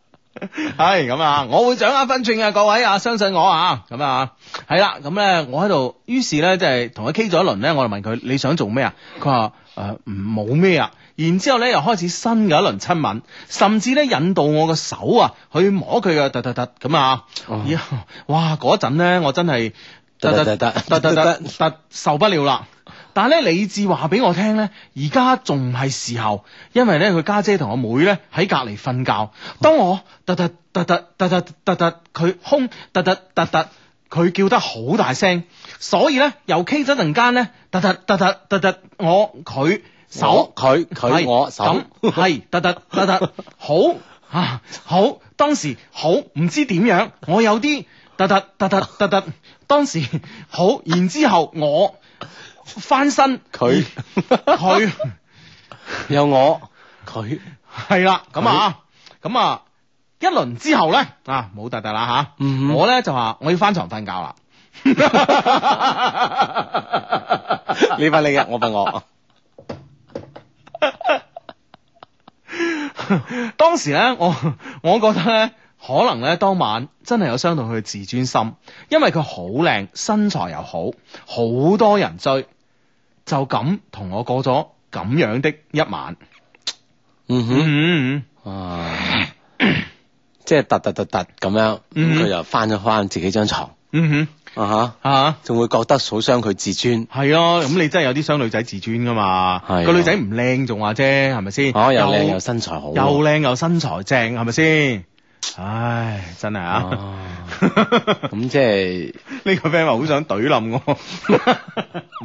係咁啊，我會掌握分寸嘅，各位啊，相信我啊，咁啊，係啦，咁咧，我喺度，於是咧，即係同佢傾咗一輪咧，我就問佢你想做咩啊？佢話誒唔冇咩啊，然之後咧又開始新嘅一輪親吻，甚至咧引導我個手啊去摸佢嘅突突突咁啊，
哦
咦哇嗰陣咧我真係
突突突突
突突突突受不了啦！但係咧，理智話俾我聽咧，而家仲唔係時候，因為咧佢家姐同我妹咧喺隔離瞓覺。當我突突突突突突突突佢空突突突突佢叫得好大聲，所以咧又 K 咗陣間咧突突突突突突我佢 手
我哦佢佢
係
我手
咁係突突突 突好啊好，當時好唔知點樣，我有啲突突突突突突，當時好，然之後我翻身
佢
佢
有我 佢
係啦，咁啊咁啊一輪之後咧啊冇突突啦吓，
嗯哼
我咧就話我要翻床瞓覺啦。
你份你嘅，我 份我。
當時咧，我我覺得咧，可能咧當晚真係有傷到佢嘅自尊心，因為佢好靚，身材又好，好多人追，就咁同我過咗咁樣的一晚。
嗯哼，
嗯，
啊，即係突突突突咁樣，
嗯
佢就翻咗翻自己張床，
嗯
啊哈，
哼，啊。
仲會覺得好傷佢自尊。
係咯，咁你真係有啲傷女仔自尊噶嘛？
係啊
個女仔唔靚仲話啫，係咪先？
哦，又靚又身材好喎，
又靚又身材正，係咪先？唉，真係啊！
啊，咁即係
呢個 friend 話好想懟冧我，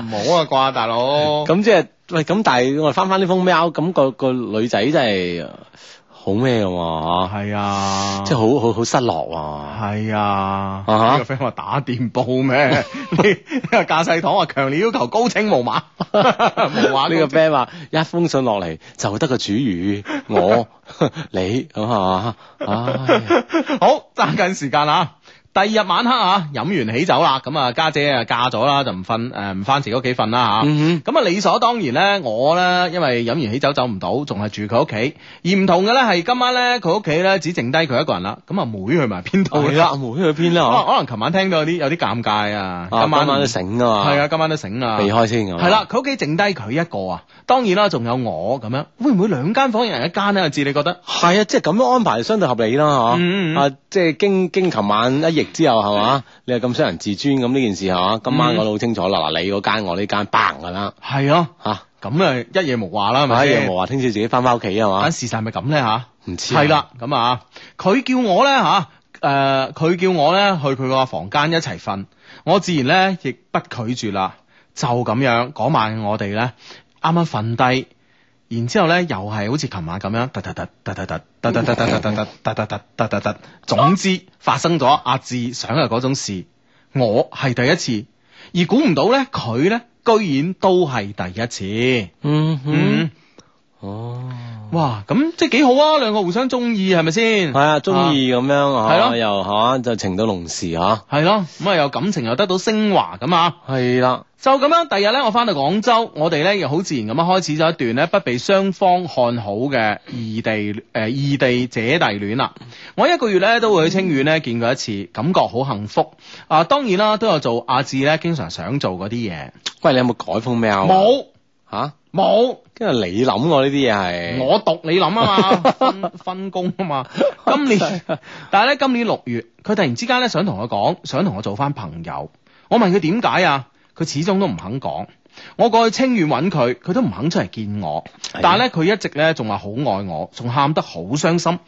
唔好啊啩，大佬。
咁即係喂咁，但係我哋翻翻呢封 mail，咁個個女仔真係好咩嘅喎，嚇
係啊，
即係好好好失落喎。
係啊。
啊哈
呢個 friend 話打電報咩？呢呢個駕駛堂話強烈要求高清無碼，無碼
呢個
呢
friend 話一封信落嚟就得個主語，我 你咁係嘛？唉
個 好揸緊時間啊！第二日晚黑啊，飲完喜酒啦，咁啊家姐啊嫁咗啦，就唔瞓誒唔翻自己屋企瞓啦嚇。
嗯
咁啊，理所當然咧，我咧因為飲完喜酒走唔到，仲係住佢屋企。而唔同嘅咧係今晚咧，佢屋企咧只剩低佢一個人啦。咁啊，妹去埋邊
哼，
度
係
啦哦
啦，？冇去邊
可能
啦
可能琴晚聽到有啲有啲尷尬啊，
嗬，啊今晚都
醒
醒啊嘛，
係啊，，今晚都醒啦。
避開先啊咁。
係啦，，佢屋企剩低佢一個啊，當然啦，仲有我咁樣，會唔會兩間房一人一間咧？阿志，你覺得？
係啊，即係咁樣安排相對合理啦，
嗯嗯
嗬。啊，即係經經琴晚一役之後係嘛，你又咁傷人自尊咁呢件事係嘛，今晚
嗯
我都好清楚啦，嗱你嗰間我呢間 bang 㗎啦
係啊，
嚇，
咁啊一夜無話啦，係
係咪
咪先？
嘢無話聽朝自己翻返屋企啊係嘛
但，事實係咪咁咧吓？
唔知啊
係啦，咁啊，佢叫我咧吓，诶、佢叫我咧去佢個房間一齊瞓，我自然咧亦不拒絕啦。就咁樣嗰晚我哋咧啱啱瞓低。然之後咧，又係好似琴晚咁樣，突突突突突突突突突突突突突突突突突突，總之發生咗阿志想嘅嗰種事，我係第一次，而估唔到咧，佢咧居然都係第一次。
嗯
嗯
哼，，哦。
哇，咁即係幾好啊！兩個互相中意係咪先？
係啊，中意咁樣
係
啊，
咯
又嚇就情到濃時嚇，
係咯，咁啊有感情又得到升華咁啊！
係啦，
就咁樣，第日咧我翻到廣州，我哋咧又好自然咁樣開始咗一段咧不被雙方看好嘅異地誒、呃、異地姐弟戀啦。我一個月咧都會去清遠咧見佢一次，感覺好幸福。啊，當然啦，都有做阿志咧經常想做嗰啲嘢，
喂，你有冇改封 mail 啊？
冇
吓，
冇。
跟住你諗過呢啲嘢係
我讀你諗啊 嘛，分分工啊嘛。今 年，但係咧今年六月，佢突然之間咧想同我講，想同我做翻朋友。我問佢點解啊，佢始終都唔肯講。我過去清遠揾佢，佢都唔肯出嚟見我。
哎呀
但係咧，佢一直咧仲話好愛我，仲喊得好傷心。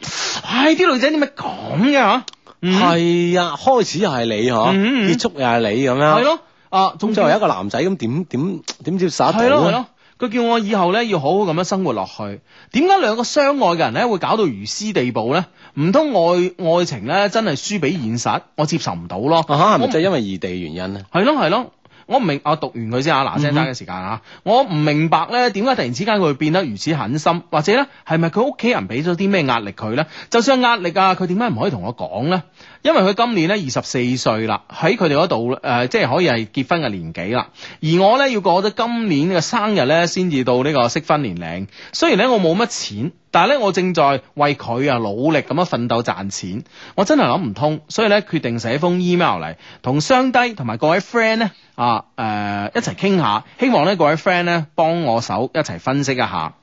唉，啲女仔點解咁嘅嗯嚇？係
係啊，開始又係你嗬，
嗯嗯嗯
結束又係你咁樣。
係咯，啊，仲
咁作為一個男仔咁點點點接受得到
係
咧
咯係咯，佢叫我以後咧要好好咁樣生活落去。點解兩個相愛嘅人咧會搞到如斯地步咧？唔通愛愛情咧真係輸俾現實？我接受唔到咯。
啊哈，係咪
我
就係因為異地原因咧？
係咯係咯。我唔明，我讀完佢先啊，嗱聲揸嘅時間啊，我唔明白咧，點解突然之間佢會變得如此狠心，或者咧係咪佢屋企人俾咗啲咩壓力佢咧？就算有壓力啊，佢點解唔可以同我講咧？因為佢今年咧二十四歲啦，喺佢哋嗰度誒，即係可以係結婚嘅年紀啦。而我咧要過咗今年嘅生日咧，先至到呢個適婚年齡。雖然咧我冇乜錢，但係咧我正在為佢啊努力咁樣奮鬥賺錢。我真係諗唔通，所以咧決定寫封 email 嚟同雙低同埋各位 friend 咧啊誒、呃一齊傾下，希望咧各位 friend 咧幫我手一齊分析一下。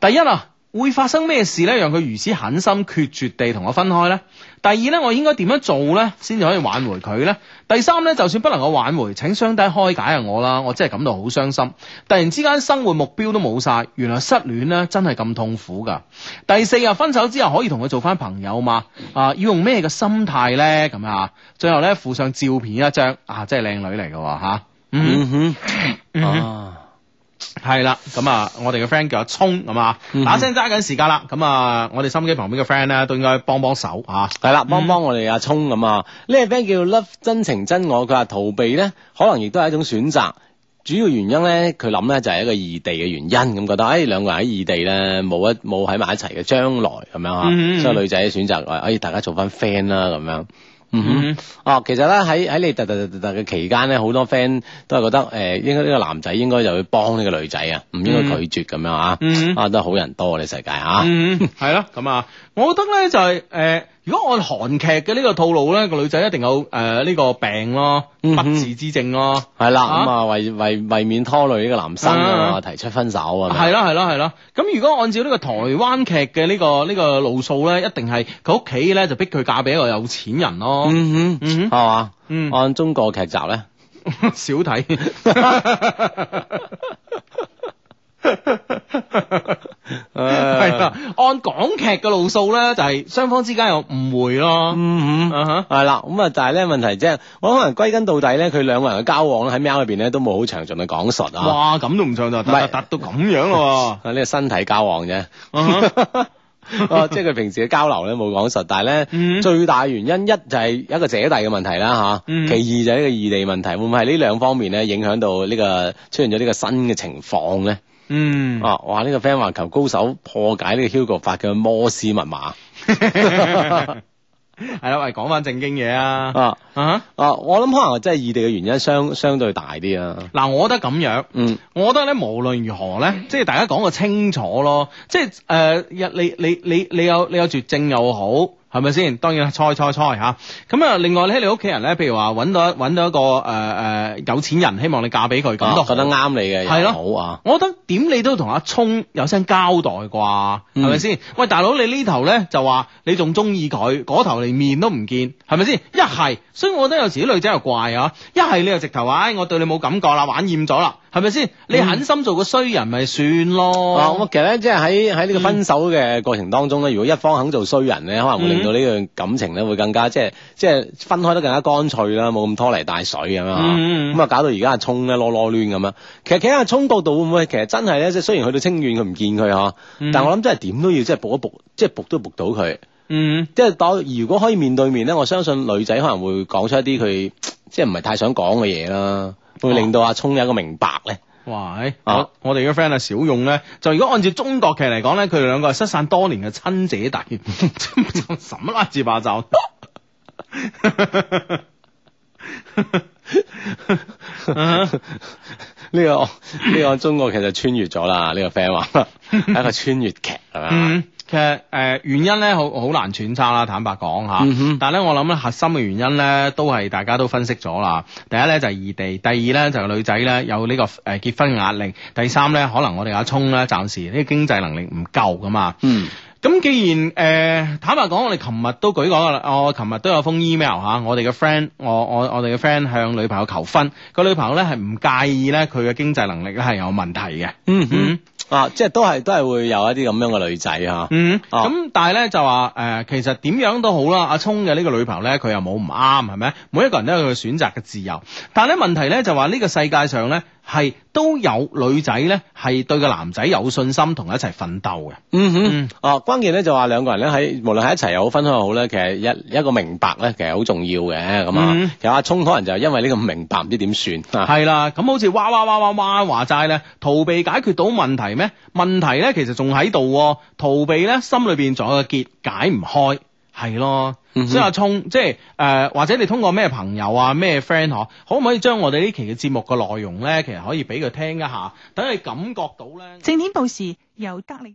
第一啊，會發生咩事咧，讓佢如此狠心決絕地同我分開咧？第二咧，我應該點樣做咧，先至可以挽回佢咧？第三咧，就算不能夠挽回，請雙低開解下我啦，我真係感到好傷心。突然之間生活目標都冇晒，原來失戀咧真係咁痛苦噶。第四啊，分手之後可以同佢做翻朋友嘛？啊，要用咩嘅心態咧？咁啊，最後咧附上照片一張啊，真係靚女嚟嘅喎嚇。嗯，
嗯哼，
嗯
啊，
係啦，咁啊，我哋嘅 friend 叫阿聰咁啊
嗯，
打聲揸緊時間啦，咁啊，我哋心機旁邊嘅 friend 咧都應該幫幫手啊。
係啦，幫幫我哋阿聰咁啊，呢個 friend 叫 Love 真情真我，佢話逃避咧，可能亦都係一種選擇。主要原因咧，佢諗咧就係一個異地嘅原因，咁覺得誒、哎、兩個人喺異地咧冇一冇喺埋一齊嘅將來咁樣啊，
嗯嗯嗯
所以女仔選擇話誒、哎、大家做翻 friend 啦咁樣，嗯哼，啊，其實咧喺喺你突突突突嘅期間咧，好多 friend 都係覺得誒、呃，應該呢個男仔應該就去幫呢個女仔啊，唔應該拒絕咁樣啊，
嗯
啊都係好人多你世界啊，
嗯，系咯，咁啊，我覺得咧就係呃如果按韓劇嘅呢個套路咧，個女仔一定有诶呢個病咯，
嗯
不
哼
治之症咯，
係啦，
啊
咁啊為為為免拖累呢個男生啊，
啊
提出分手啊，
係咯係咯係咯。咁如果按照呢個台灣劇嘅呢個呢個路數咧，一定係佢屋企咧就逼佢嫁俾一個有錢人咯，
嗯哼，
嗯
係嘛，
嗯
按中國劇集咧，
少睇。 係啦，按港劇嘅路數咧，就係雙方之間有誤會咯。
嗯
啊哈
係啦，咁啊，但係咧問題即係，我可能歸根到底咧，佢兩個人嘅交往咧喺喵入邊咧都冇好詳盡嘅講述啊，
哇，咁都唔唱就
唔係
達達到咁樣咯
啊呢個身體交往啫。
喎。 啊哈
哦，即係佢平時嘅交流咧冇講實，但係咧、
嗯
最大原因一就係一個姐弟嘅問題啦吓，
嗯
其二就係呢個異地問題，會唔會係呢兩方面咧影響到呢、個出現咗呢個新嘅情況咧？
嗯，
啊，哇！呢、個 friend 話求高手破解呢個 Hugo 發嘅摩斯密碼
係啦，喂，講翻正經嘢啊。
啊
啊哈，
啊！我諗可能真係異地嘅原因相相對大啲啊。
嗱，我覺得咁樣。
嗯
我覺得咧，無論如何咧，即係大家講個清楚咯，即係誒、呃你你你你有你有絕症又好，係咪先？當然猜猜猜吓。咁啊，另外咧，你屋企人咧，譬如話揾到揾到一個誒誒、呃有錢人，希望你嫁俾佢，咁
啊
都
覺得
好
啱你嘅
係
又
咯
好啊，
我覺得點你都同阿聰有聲交代啩，係
嗯
咪先？喂，大佬你呢頭咧就話你仲中意佢，嗰頭你面都唔見，係咪先？一係，所以我覺得有時啲女仔又怪啊，一係你又直頭話，唉，我對你冇感覺啦，玩厭咗啦，係咪先？你狠心做個衰人咪算
啊，咁
咯。
啊其實咧，即係喺喺呢
嗯
個分手嘅過程當中咧，如果一方肯做衰人咧，可能會令到呢段感情咧會更加即係即係分開得更加乾脆啦，冇咁拖泥帶水咁樣啊
嗯嗯
咁啊，搞到而家阿聰咧囉囉攣咁樣。其實企喺阿聰角度會唔會其實真係咧，即係雖然去到清遠佢唔見佢嗬，
嗯
但我諗真係點都要即係搏一搏，即係搏都搏到佢。
嗯
即係當如果可以面對面咧，我相信女仔可能會講出一啲佢即係唔係太想講嘅嘢啦，會令到阿聰有一個明白咧。
喂，
啊
我我哋嘅 friend 啊，小勇咧，就如果按照中國劇嚟講咧，佢哋兩個係失散多年嘅親姐弟， 什麼垃圾霸就？啊
呢、個呢、個中國其實穿越咗啦，呢、個 friend 話係一個穿越劇係 咪
嗯，其實誒、呃原因咧，好好難揣測啦。坦白講嚇，
嗯哼
但係咧，我諗咧核心嘅原因咧，都係大家都分析咗啦。第一咧就係、異地，第二咧就係、女仔咧有呢、個誒、呃、結婚嘅壓力，第三咧可能我哋阿聰咧暫時呢個經濟能力唔夠噶嘛。
嗯
咁既然誒、呃坦白講，我哋琴日都舉過啦，我琴日都有封 email 嚇，我哋嘅 friend，我我我哋嘅 friend 向女朋友求婚，個女朋友咧係唔介意咧佢嘅經濟能力咧係有問題嘅。
嗯嗯啊，即係都係都係會有一啲咁樣嘅女仔嚇。
嗯，
啊
咁但系咧就話誒、呃其實點樣都好啦，阿聰嘅呢個女朋友咧，佢又冇唔啱，係咪？每一個人都有佢選擇嘅自由，但係咧問題咧就話呢個世界上咧係都有女仔咧係對個男仔有信心，同佢一齊奮鬥嘅。
嗯哼
嗯，
啊，關鍵咧就話兩個人咧喺無論喺一齊又好分開又好咧，其實一一個明白咧，其實好重要嘅咁啊。
嗯
其實阿聰可能就係因為呢個唔明白，唔知點算啊。
係啦，咁好似哇哇哇哇哇話齋咧，逃避解決到問題咩？問題咧其實仲喺度喎，逃避咧心裏邊仲有個結解唔開，係咯。
嗯哼
所以阿聰即係誒、呃或者你通過咩朋友啊、咩 friend 嗬，可唔可以將我哋呢期嘅節目嘅內容咧，其實可以俾佢聽一下，等佢感覺到咧。
正點報時由隔離一。